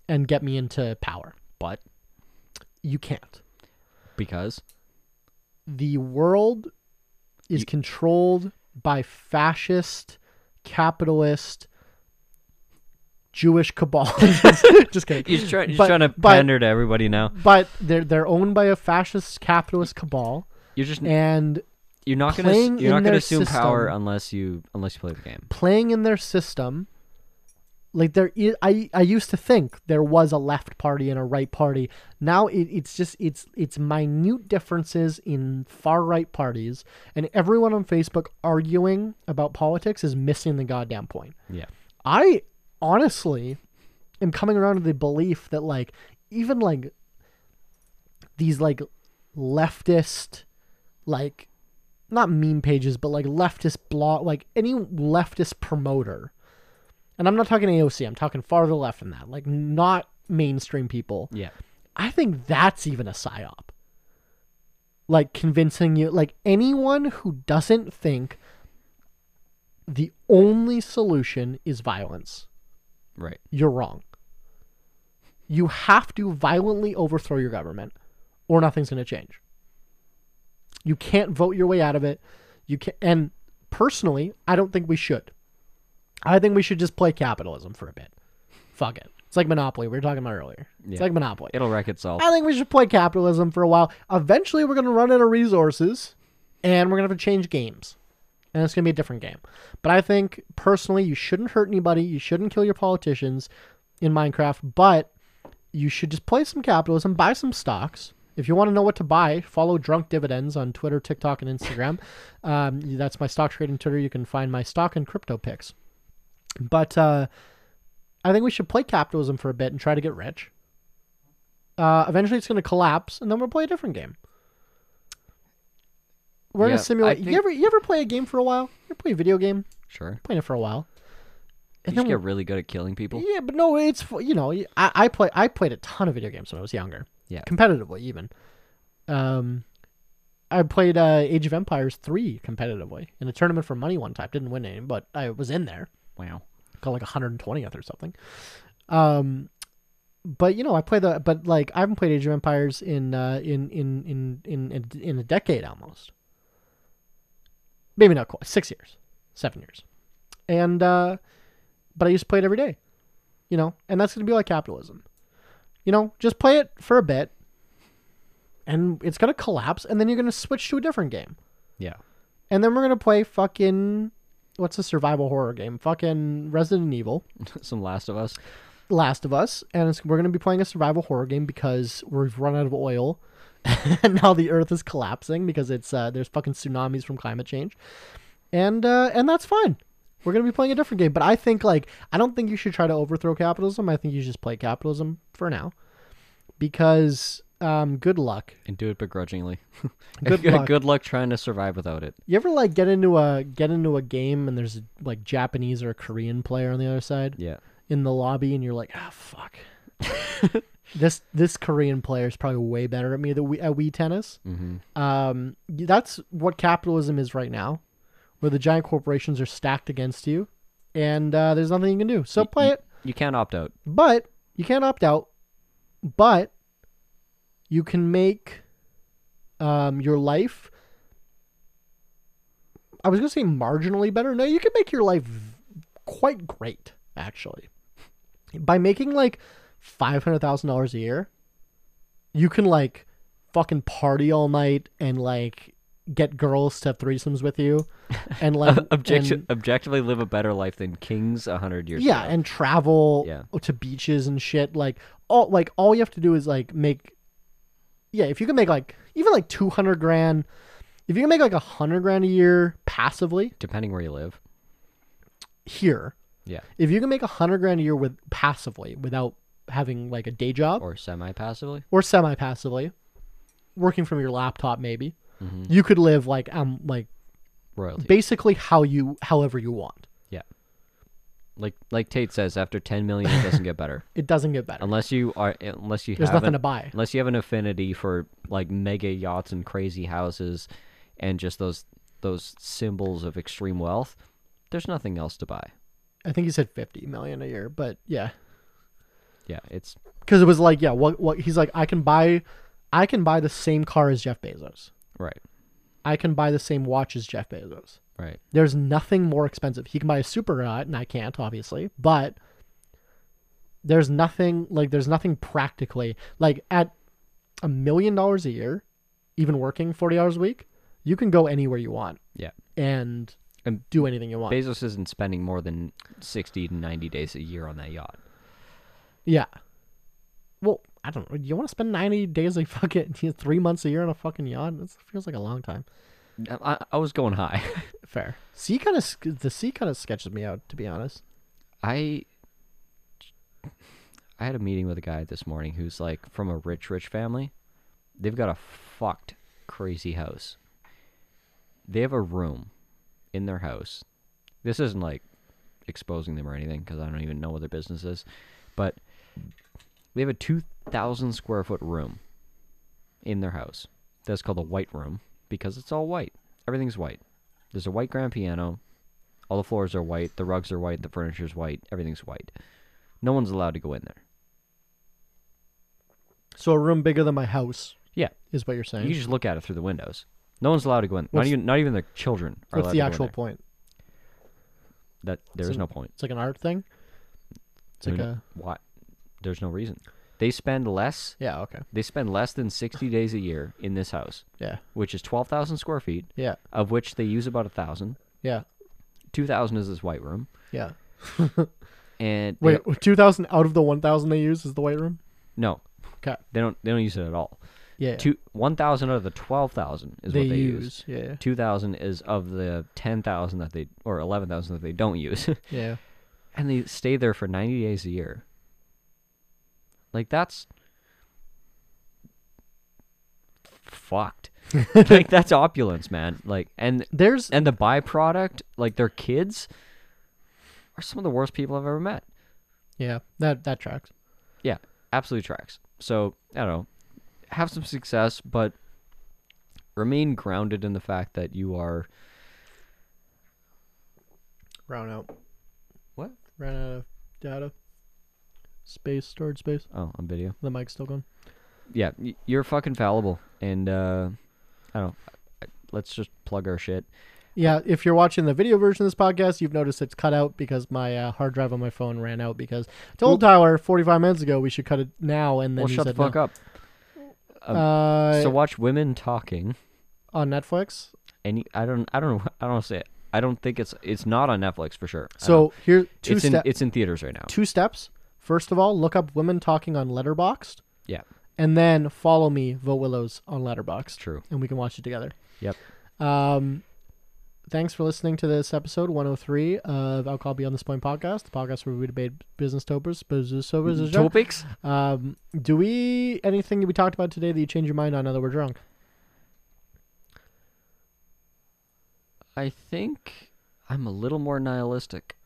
S3: and get me into power.
S2: But
S3: You can't.
S2: because
S3: the world is
S2: You-
S3: controlled by fascist, capitalist, Jewish cabal. just, just kidding.
S2: he's, try- he's
S3: But-
S2: trying to
S3: but-
S2: pander to everybody now.
S3: But they're they're owned by a fascist capitalist cabal,
S2: You're just
S3: and
S2: you're not gonna
S3: playing
S2: s- you're not
S3: in their
S2: gonna assume power
S3: system-
S2: unless you unless you play the game.
S3: playing in their system. Like there, is, I I used to think there was a left party and a right party. Now it, it's just it's it's minute differences in far right parties, and everyone on Facebook arguing about politics is missing the goddamn point.
S2: Yeah.
S3: I honestly am coming around to the belief that like even like these like leftist like not meme pages, but like leftist blog, like any leftist promoter. And I'm not talking AOC, I'm talking farther left than that, like not mainstream people.
S2: Yeah.
S3: I think that's even a psyop. Like convincing you, like anyone who doesn't think the only solution is violence,
S2: Right.
S3: you're wrong. You have to violently overthrow your government or nothing's going to change. You can't vote your way out of it. You can and personally, I don't think we should. I think we should just play capitalism for a bit. Fuck it. It's like monopoly we were talking about earlier. It's
S2: Yeah.
S3: like monopoly.
S2: It'll wreck itself.
S3: I think we should play capitalism for a while. Eventually, we're going to run out of resources and we're going to have to change games. And it's going to be a different game. But I think personally, you shouldn't hurt anybody. You shouldn't kill your politicians in Minecraft, but you should just play some capitalism, buy some stocks. If you want to know what to buy, follow Drunk Dividends on Twitter, TikTok, and Instagram. um, that's my stock trading Twitter. You can find my stock and crypto picks. But uh, I think we should play capitalism for a bit and try to get rich. Uh, eventually, it's going to collapse, and then we'll play a different game. We're
S2: Yeah,
S3: going
S2: I
S3: to simulate. You
S2: think-
S3: ever you ever play a game for a while? You ever play a video game?
S2: Sure.
S3: Playing it for a while.
S2: You
S3: And
S2: just
S3: then
S2: get really good at killing people.
S3: yeah, but no, it's fu- you know I, I play I played a ton of video games when I was younger.
S2: Yeah.
S3: competitively even. Um, I played uh, Age of Empires three competitively in a tournament for money one time. Didn't win any, but I was in there.
S2: Wow.
S3: Got like 120th or something. Um, but you know I play the but like I haven't played Age of Empires in uh, in, in in in in in a decade almost. Maybe not quite six years, seven years, and uh, but I used to play it every day, you know, and that's gonna be like capitalism, you know, just play it for a bit, and it's gonna collapse, and then you're gonna switch to a different game.
S2: Yeah.
S3: And then we're gonna play fucking what's a survival horror game? Fucking Resident Evil,
S2: Some Last of Us.
S3: Last of Us, and it's, we're gonna be playing a survival horror game because we've run out of oil, and now the Earth is collapsing because it's uh, there's fucking tsunamis from climate change, and uh, and that's fine. We're gonna be playing a different game, but I think like I don't think you should try to overthrow capitalism. I think you should just play capitalism for now, because um, good luck.
S2: And do it begrudgingly.
S3: Good luck.
S2: good luck trying to survive without it.
S3: You ever like get into a get into a game and there's like Japanese or a Korean player on the other side
S2: Yeah.
S3: in the lobby and you're like, ah, fuck. this this Korean player is probably way better at me than we at Wii tennis.
S2: Mm-hmm.
S3: Um, y- that's what capitalism is right now, where the giant corporations are stacked against you, and uh, there's nothing you can do. So play it,
S2: You can't opt out.
S3: but you can't opt out. But you can make um, your life. I was gonna say marginally better. No, you can make your life quite great actually by making like five hundred thousand dollars a year. You can like fucking party all night and like get girls to have threesomes with you, and like
S2: Objecti-
S3: and-
S2: objectively live a better life than kings a hundred years
S3: yeah
S2: ago.
S3: and travel
S2: Yeah.
S3: to beaches and shit like all like all you have to do is like make yeah if you can make like even like 200 grand if you can make like a hundred grand a year passively
S2: Depending where you live.
S3: here
S2: Yeah.
S3: if you can make a hundred grand a year with passively without having like a day job or,
S2: Or semi passively.
S3: semi passively working from your laptop maybe
S2: Mm-hmm.
S3: you could live like um like
S2: Royalty.
S3: basically how you however you want
S2: yeah. Like like Tate says, after ten million it doesn't get better.
S3: it doesn't get better
S2: Unless you are unless you
S3: there's
S2: have
S3: nothing
S2: an-
S3: to buy
S2: unless you have an affinity for like mega yachts and crazy houses and just those those symbols of extreme wealth, there's nothing else to buy.
S3: i think he said 50 million a year but yeah
S2: Yeah, it's
S3: because it was like yeah what what he's like i can buy i can buy the same car as jeff bezos
S2: right,
S3: i can buy the same watch as jeff bezos
S2: right.
S3: there's nothing more expensive he can buy a super yacht and i can't obviously but there's nothing like there's nothing practically like at a million dollars a year even working 40 hours a week you can go anywhere you want
S2: Yeah.
S3: and
S2: And
S3: do anything you want
S2: Bezos isn't spending more than sixty to ninety days a year on that yacht.
S3: yeah well i don't know you want to spend 90 days like fucking three months a year on a fucking yacht that feels like a long time
S2: I, I- I was going high.
S3: Fair. Sea kind of the sea kind of sketches me out, to be honest.
S2: I I had a meeting with a guy this morning who's like from a rich, rich family. They've got a fucked crazy house. they have a room in their house. This isn't like exposing them or anything because I don't even know what their business is, but they have a 2,000 square foot room in their house that's called the white room because it's all white. Everything's white. There's a white grand piano. All the floors are white. The rugs are white. The furniture's white. Everything's white. No one's allowed to go in there.
S3: So a room bigger than my house
S2: Yeah.
S3: is what you're saying.
S2: You just look at it through the windows. No one's allowed to go in. Not
S3: What's-
S2: even not even their children are
S3: What's
S2: allowed
S3: the
S2: to go
S3: actual
S2: in there.
S3: point?
S2: That there's
S3: in-
S2: no point.
S3: It's like an art thing. It's
S2: I
S3: like
S2: mean,
S3: a
S2: why? There's no reason. They spend less.
S3: yeah. Okay.
S2: They spend less than 60 days a year in this house,
S3: Yeah.
S2: which is 12,000 square feet,
S3: Yeah.
S2: of which they use about a thousand.
S3: Yeah.
S2: 2,000 is this white room,
S3: Yeah.
S2: and they
S3: Wait,
S2: don't-
S3: two thousand out of the one thousand they use is the white room.
S2: no,
S3: Okay.
S2: they don't. They don't use it at all.
S3: Yeah.
S2: Two 1,000 out of the 12,000 is
S3: they,
S2: what they
S3: use.
S2: use.
S3: Yeah.
S2: 2,000 is of the 10,000 that they or 11,000 that they don't use.
S3: Yeah.
S2: and they stay there for 90 days a year. Like that's fucked. like that's opulence, man. Like and
S3: There's
S2: and the byproduct, like their kids are some of the worst people I've ever met.
S3: yeah that that tracks.
S2: Yeah, absolutely tracks. So, I don't know. Have some success, but remain grounded in the fact that you are
S3: Round out.
S2: What?
S3: Ran out of data. Space storage space.
S2: oh, on video.
S3: The mic's still going.
S2: yeah, y- you're fucking fallible, and uh, I don't. know. I- Let's just plug our shit.
S3: Yeah, if you're watching the video version of this podcast, you've noticed it's cut out because my uh, hard drive on my phone ran out. Because I told Tyler 45 minutes ago we should cut it now, and then
S2: Well,
S3: he
S2: shut the
S3: said
S2: fuck up.
S3: no.
S2: up.
S3: Uh,
S2: so watch women talking.
S3: on Netflix.
S2: Any, I don't, I don't know, I don't say it. I don't think it's, it's not on Netflix for sure. I don't-
S3: So here two
S2: it's in,
S3: steps.
S2: it's in theaters right now.
S3: Two steps. First of all, look up women talking on Letterboxd,
S2: Yeah,
S3: and then follow me, Vote Willows, on Letterboxd.
S2: true.
S3: and we can watch it together.
S2: Yep.
S3: Um, thanks for listening to this episode 103 of Alcohol Beyond This Point podcast, the podcast where we debate business topics. Business
S2: Mm-hmm.
S3: topics.
S2: Topics?
S3: Um, do we anything that we talked about today that you change your mind on now that we're drunk?
S2: I think I'm a little more nihilistic.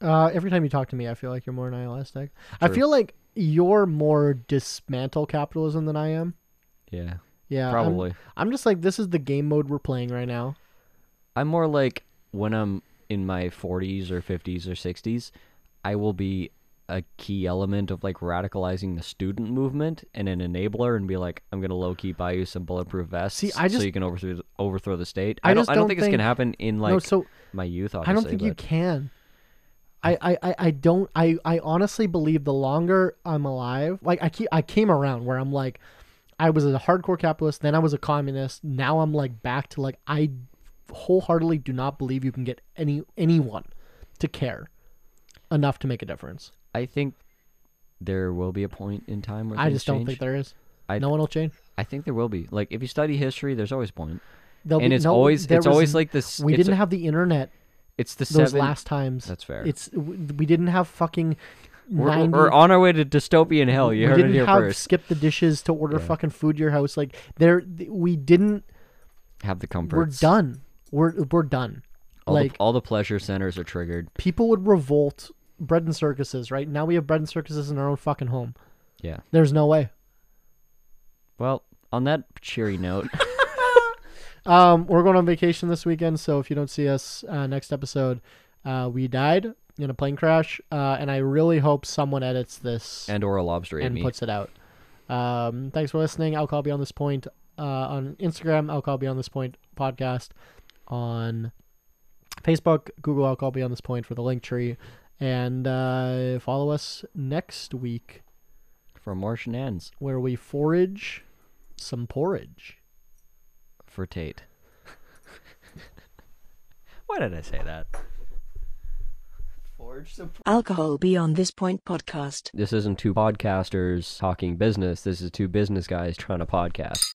S3: Uh, every time you talk to me, I feel like you're more nihilistic. I
S2: True.
S3: feel like you're more dismantle capitalism than I am.
S2: Yeah,
S3: Yeah, I'm-
S2: probably.
S3: I'm just like this is the game mode we're playing right now.
S2: I'm more like when I'm in my 40s or 50s or 60s, I will be a key element of like radicalizing the student movement and an enabler and be like, I'm gonna low key buy you some bulletproof vests
S3: See, I
S2: so
S3: just-
S2: you can overthrow the, overthrow the state.
S3: I
S2: I, don't,
S3: just
S2: I don't
S3: don't
S2: think, it's
S3: think-
S2: gonna happen in like
S3: no, so
S2: my youth. Obviously,
S3: I don't think you
S2: but
S3: can. I, I, I, I don't I, I honestly believe the longer I'm alive, like I keep I came around where I'm like I was a hardcore capitalist, then I was a communist, now I'm like back to like I wholeheartedly do not believe you can get any anyone to care enough to make a difference.
S2: I think there will be a point in time where
S3: I just don't
S2: change.
S3: think there is.
S2: I-
S3: no one will change.
S2: I think there will be. Like if you study history, there's always a point,
S3: There'll
S2: and
S3: be-
S2: it's
S3: no,
S2: always
S3: there
S2: it's
S3: was-
S2: always like this.
S3: we
S2: it's,
S3: didn't have the internet
S2: it's the
S3: those
S2: seven.
S3: last times.
S2: that's fair.
S3: It's we we didn't have fucking
S2: we're,
S3: 90
S2: we're on our way to dystopian hell. You
S3: we
S2: heard it
S3: didn't
S2: here
S3: have
S2: first.
S3: skip the dishes to order
S2: Yeah.
S3: fucking food to your house. Like there, th- we didn't.
S2: Have the
S3: We're
S2: comforts.
S3: done. We're we're done.
S2: All,
S3: like
S2: the, all the pleasure centers are triggered.
S3: people would revolt. Bread and circuses, right now we have bread and circuses in our own fucking home.
S2: Yeah.
S3: There's no way.
S2: Well, on that cheery note,
S3: Um, we're going on vacation this weekend, so if you don't see us uh, next episode, uh, we died in a plane crash, uh, and I really hope someone edits this
S2: and or a lobster ate
S3: and
S2: me.
S3: puts it out. Um, thanks for listening. Alcohol Beyond This Point uh, on Instagram, Alcohol Beyond This Point podcast on Facebook, Google Alcohol Beyond This Point for the link tree, and uh, follow us next week
S2: for Martian ends
S3: where we forage some porridge.
S2: for Tate. Why did I say that?
S3: Forage some
S1: Alcohol Beyond This Point podcast.
S2: This isn't two podcasters talking business. This is two business guys trying to podcast.